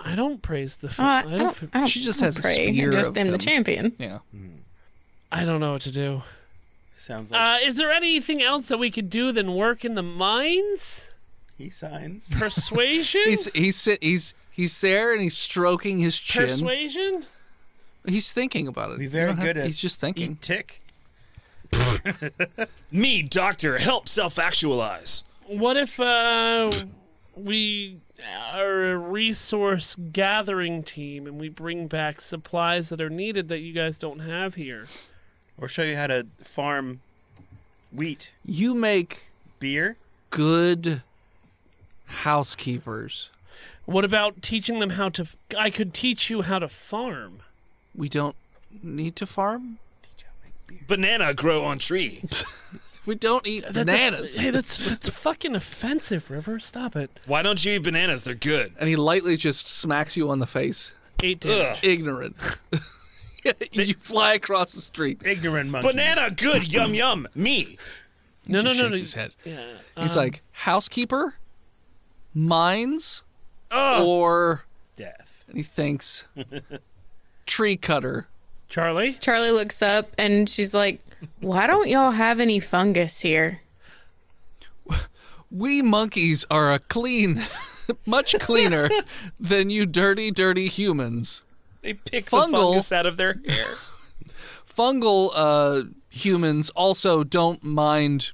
[SPEAKER 2] I don't praise the
[SPEAKER 6] Oh,
[SPEAKER 2] fun-
[SPEAKER 6] I, I don't, I don't
[SPEAKER 3] She just has a
[SPEAKER 6] pray. I
[SPEAKER 3] spear
[SPEAKER 6] just
[SPEAKER 3] of
[SPEAKER 6] am the
[SPEAKER 3] him.
[SPEAKER 6] champion.
[SPEAKER 3] Yeah.
[SPEAKER 2] I don't know what to do.
[SPEAKER 8] Sounds like
[SPEAKER 2] Uh, is there anything else that we could do than work in the mines?
[SPEAKER 8] he signs.
[SPEAKER 2] Persuasion?
[SPEAKER 3] He's he's sit he's he's there and he's stroking his chin.
[SPEAKER 2] Persuasion?
[SPEAKER 3] He's thinking about it.
[SPEAKER 8] Be
[SPEAKER 3] You
[SPEAKER 8] very
[SPEAKER 3] don't have-
[SPEAKER 8] good at
[SPEAKER 3] He's just thinking.
[SPEAKER 8] Eat tick.
[SPEAKER 5] Me, doctor, help self actualize.
[SPEAKER 2] What if uh, we are a resource gathering team and we bring back supplies that are needed that you guys don't have here?
[SPEAKER 4] Or show you how to farm wheat,
[SPEAKER 3] You make
[SPEAKER 4] beer.
[SPEAKER 3] good housekeepers.
[SPEAKER 2] What about teaching them how to? I could teach you how to farm.
[SPEAKER 3] We don't need to farm.
[SPEAKER 5] Banana grow on tree.
[SPEAKER 3] We don't eat
[SPEAKER 2] That's a-
[SPEAKER 3] bananas.
[SPEAKER 2] hey, that's that's <laughs> fucking offensive, River. Stop it.
[SPEAKER 5] Why don't you eat bananas? They're good.
[SPEAKER 3] and he lightly just smacks you on the face.
[SPEAKER 2] Eight
[SPEAKER 5] Ugh.
[SPEAKER 2] damage.
[SPEAKER 3] Ignorant. <laughs> you fly across the street.
[SPEAKER 4] Ignorant monkey.
[SPEAKER 5] Banana good, yum yum. Me.
[SPEAKER 2] No, no,
[SPEAKER 3] Just
[SPEAKER 2] no, no.
[SPEAKER 3] shakes his head.
[SPEAKER 2] Yeah. um,
[SPEAKER 3] He's like housekeeper, mines,
[SPEAKER 5] Ugh.
[SPEAKER 3] or
[SPEAKER 4] Death.
[SPEAKER 3] and he
[SPEAKER 2] <laughs>
[SPEAKER 3] thinks tree cutter.
[SPEAKER 2] Charlie.
[SPEAKER 6] Charlie looks up and she's like, "Why don't y'all have any fungus here?"
[SPEAKER 3] We monkeys are a clean, <laughs> much cleaner
[SPEAKER 6] <laughs>
[SPEAKER 3] than you dirty, dirty humans.
[SPEAKER 5] They pick the
[SPEAKER 3] Fungal.
[SPEAKER 5] fungus out of their hair.
[SPEAKER 3] Fungal uh, humans also don't mind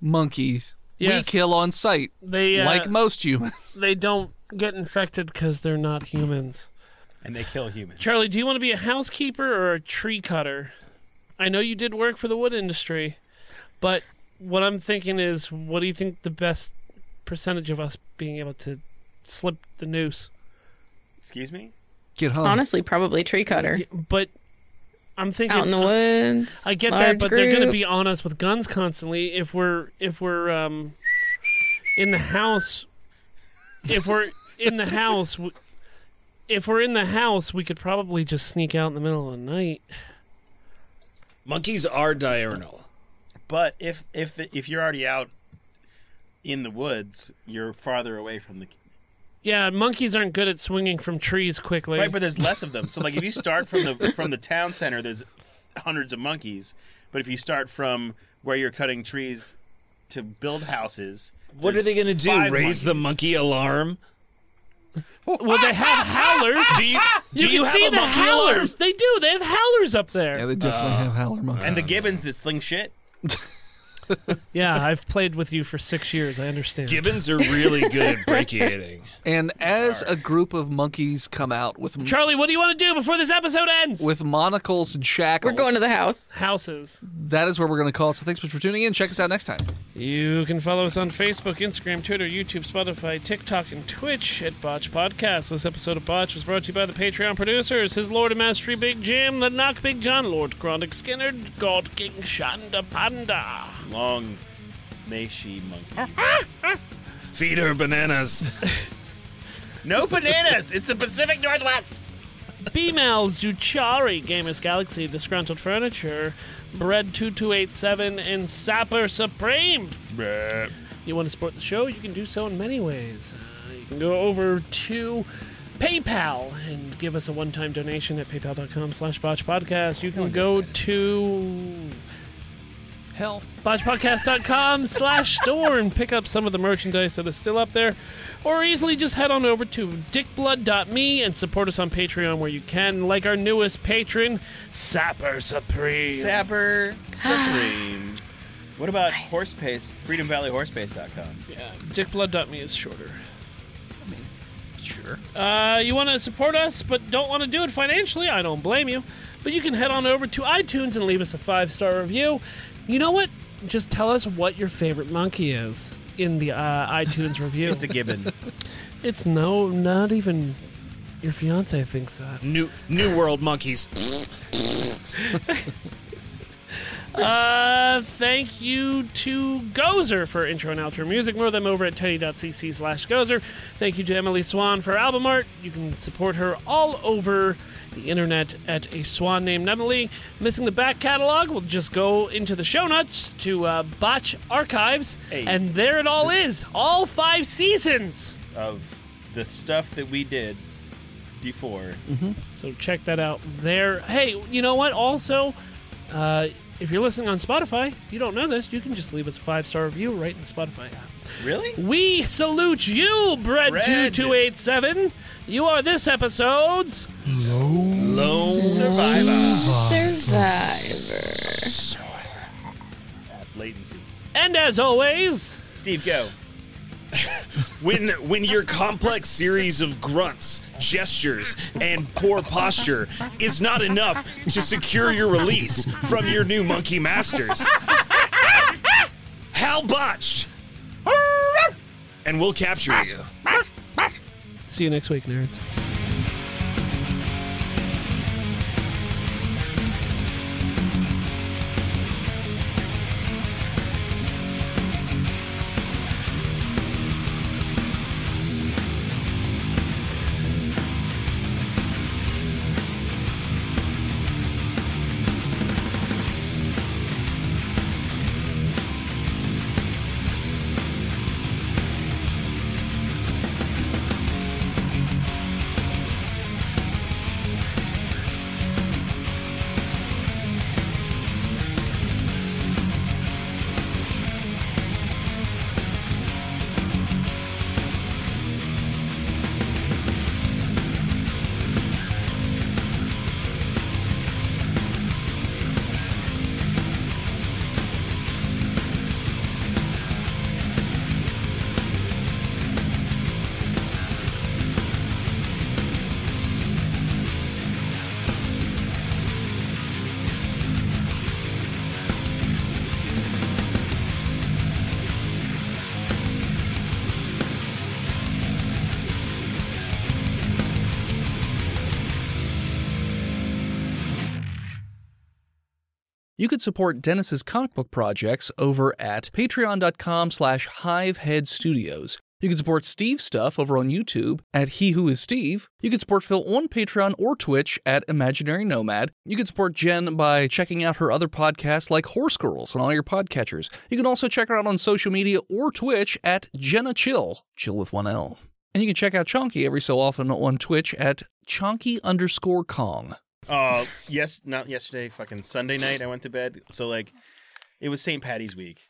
[SPEAKER 3] monkeys.
[SPEAKER 2] Yes.
[SPEAKER 3] We kill on sight,
[SPEAKER 2] They uh,
[SPEAKER 3] like most humans. <laughs>
[SPEAKER 2] they don't get infected because they're not humans.
[SPEAKER 8] And they kill humans.
[SPEAKER 2] Charlie, do you want to be a housekeeper or a tree cutter? I know you did work for the wood industry, but what I'm thinking is, what do you think the best percentage of us being able to slip the noose?
[SPEAKER 8] Excuse me?
[SPEAKER 3] Get home.
[SPEAKER 6] Honestly, probably tree cutter
[SPEAKER 2] But I'm thinking
[SPEAKER 6] out in the woods.
[SPEAKER 2] I get
[SPEAKER 6] large
[SPEAKER 2] that, but they're going to
[SPEAKER 6] group.
[SPEAKER 2] be on us with guns constantly if we're if we're um in the house. If we're in the house, w- if we're in the house, we could probably just sneak out in the middle of the night.
[SPEAKER 5] <laughs> Monkeys are diurnal.
[SPEAKER 4] But if if if you're already out in the woods, you're farther away from the
[SPEAKER 2] Yeah, monkeys aren't good at swinging from trees quickly.
[SPEAKER 4] right. But there's less of them. So like if you start from the from the town center, there's hundreds of monkeys. But if you start from where you're cutting trees to build houses,
[SPEAKER 5] What are
[SPEAKER 4] there's
[SPEAKER 5] they going to do?
[SPEAKER 4] five
[SPEAKER 5] Raise the monkey <laughs> alarm?
[SPEAKER 2] well,
[SPEAKER 5] <laughs>
[SPEAKER 2] they have howlers.
[SPEAKER 5] Do you, do
[SPEAKER 2] you,
[SPEAKER 5] you,
[SPEAKER 2] can
[SPEAKER 5] have
[SPEAKER 2] see
[SPEAKER 5] a
[SPEAKER 2] the
[SPEAKER 5] monkey alarm?
[SPEAKER 2] howlers. They do. They have howlers up there.
[SPEAKER 3] yeah,
[SPEAKER 2] Yeah,
[SPEAKER 3] they definitely have howler monkeys.
[SPEAKER 4] And the gibbons that sling shit.
[SPEAKER 2] I've played with you for six years. I understand.
[SPEAKER 5] Gibbons are really good <laughs> at brachiating.
[SPEAKER 3] And as a group of monkeys come out with
[SPEAKER 2] Charlie, what do you want to do before this episode ends?
[SPEAKER 3] with monocles and shackles,
[SPEAKER 6] We're going to the house.
[SPEAKER 2] Houses.
[SPEAKER 3] that is where we're going to call. So thanks much for tuning in. Check us out next time.
[SPEAKER 2] You can follow us on Facebook, Instagram, Twitter, YouTube, Spotify, TikTok, and Twitch at Botch Podcast. This episode of Botch was brought to you by the Patreon producers, his Lord and Mastery Big Jim, the Knock Big John, Lord Grondick Skinner, God King Shanda Panda.
[SPEAKER 4] Long may she monkey.
[SPEAKER 5] Feed her bananas.
[SPEAKER 4] No bananas. It's the Pacific Northwest.
[SPEAKER 2] Female Zuchari, Gamers Galaxy, Disgruntled Furniture, Bread 2287, and Sapper Supreme. You want to support the show? You can do so in many ways. Uh, you can go over to PayPal and give us a one-time donation at paypal.com slash botchpodcast. You can go to
[SPEAKER 3] Hell.
[SPEAKER 2] botchpodcast.com slash store and pick up some of the merchandise that is still up there or easily just head on over to dickblood.me and support us on patreon where you can like our newest patron sapper supreme
[SPEAKER 4] Sapper Supreme. What about horse paste? FreedomValleyHorsepaste.com.
[SPEAKER 2] yeah, dickblood.me is shorter
[SPEAKER 3] Sure.
[SPEAKER 2] Uh, you want to support us but don't want to do it financially, I don't blame you. But you can head on over to iTunes and leave us a five star review. You know what? Just tell us what your favorite monkey is in the uh, iTunes review.
[SPEAKER 4] It's a gibbon.
[SPEAKER 2] It's no, not even Your fiance thinks that.
[SPEAKER 5] New New World monkeys.
[SPEAKER 2] Uh, thank you to Gozer for intro and outro music. More of them over at teddy.cc slash Gozer. Thank you to Emily Swan for album art. You can support her all over the internet at a swan named Emily. Missing the back catalog, we'll just go into the show notes to uh, Botch Archives. And there it all is. All five seasons.
[SPEAKER 4] <laughs> of the stuff that we did before.
[SPEAKER 2] So check that out there. Hey, you know what? Also, uh, if you're listening on Spotify, you don't know this, you can just leave us a five star review right in the Spotify app.
[SPEAKER 4] Really?
[SPEAKER 2] We salute you, Bread2287. You are this episode's.
[SPEAKER 5] Lone
[SPEAKER 6] <laughs> Survivor.
[SPEAKER 4] Latency.
[SPEAKER 2] And as always,
[SPEAKER 4] Steve, go.
[SPEAKER 5] When when your complex series of grunts, gestures, and poor posture is not enough to secure your release from your new monkey masters. Hal botched. And we'll capture you.
[SPEAKER 2] see you next week, nerds.
[SPEAKER 3] You could support Dennis's comic book projects over at patreon.com slash hivehead studios. You can support Steve's stuff over on YouTube at He Who Is Steve. You can support Phil on Patreon or Twitch at Imaginary Nomad. You can support Jen by checking out her other podcasts like Horse Girls on all your podcatchers. You can also check her out on social media or Twitch at Jenna Chill, chill with one L. And you can check out Chonky every so often on Twitch at Chonky underscore Kong.
[SPEAKER 4] Uh, yes, not yesterday, fucking Sunday night, I went to bed. So, like, it was St. Patty's week,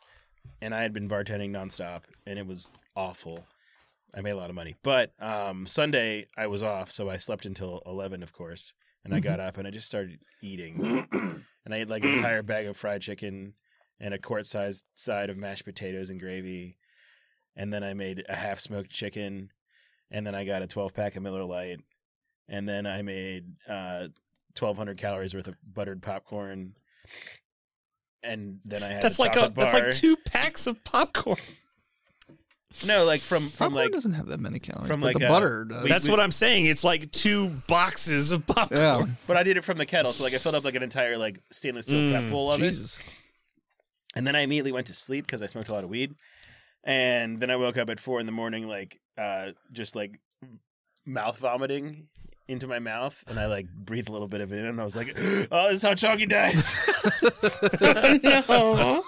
[SPEAKER 4] and I had been bartending nonstop, and it was awful. I made a lot of money. But um, Sunday, I was off, so I slept until 11, of course. And I
[SPEAKER 5] Mm-hmm.
[SPEAKER 4] got up and I just started
[SPEAKER 5] <clears throat>
[SPEAKER 4] eating. and I ate like an entire bag of fried chicken and a quart sized side of mashed potatoes and gravy. And then I made a half smoked chicken. And then I got a 12 pack of Miller Lite. And then I made uh, 1,200 calories worth of buttered popcorn. And then I had
[SPEAKER 5] That's
[SPEAKER 4] a
[SPEAKER 5] like a
[SPEAKER 4] chocolate
[SPEAKER 5] that's
[SPEAKER 4] bar.
[SPEAKER 5] like two packs of popcorn.
[SPEAKER 4] No, like from from
[SPEAKER 3] Popcorn
[SPEAKER 4] like
[SPEAKER 3] doesn't have that many calories,
[SPEAKER 4] from
[SPEAKER 3] but
[SPEAKER 4] like
[SPEAKER 3] the
[SPEAKER 4] a-
[SPEAKER 3] butter does.
[SPEAKER 4] we-
[SPEAKER 5] That's what I'm saying. It's like two boxes of popcorn.
[SPEAKER 3] yeah.
[SPEAKER 4] But I did it from the kettle, so like I filled up like an entire like stainless steel cup full of it,
[SPEAKER 3] Jesus.
[SPEAKER 4] and then I immediately went to sleep because I smoked a lot of weed, and then I woke up at four in the morning, like uh, just like mouth vomiting into my mouth, and I like breathed a little bit of it in, and I <gasps> was like, "Oh, this is how Chalky dies."
[SPEAKER 6] no.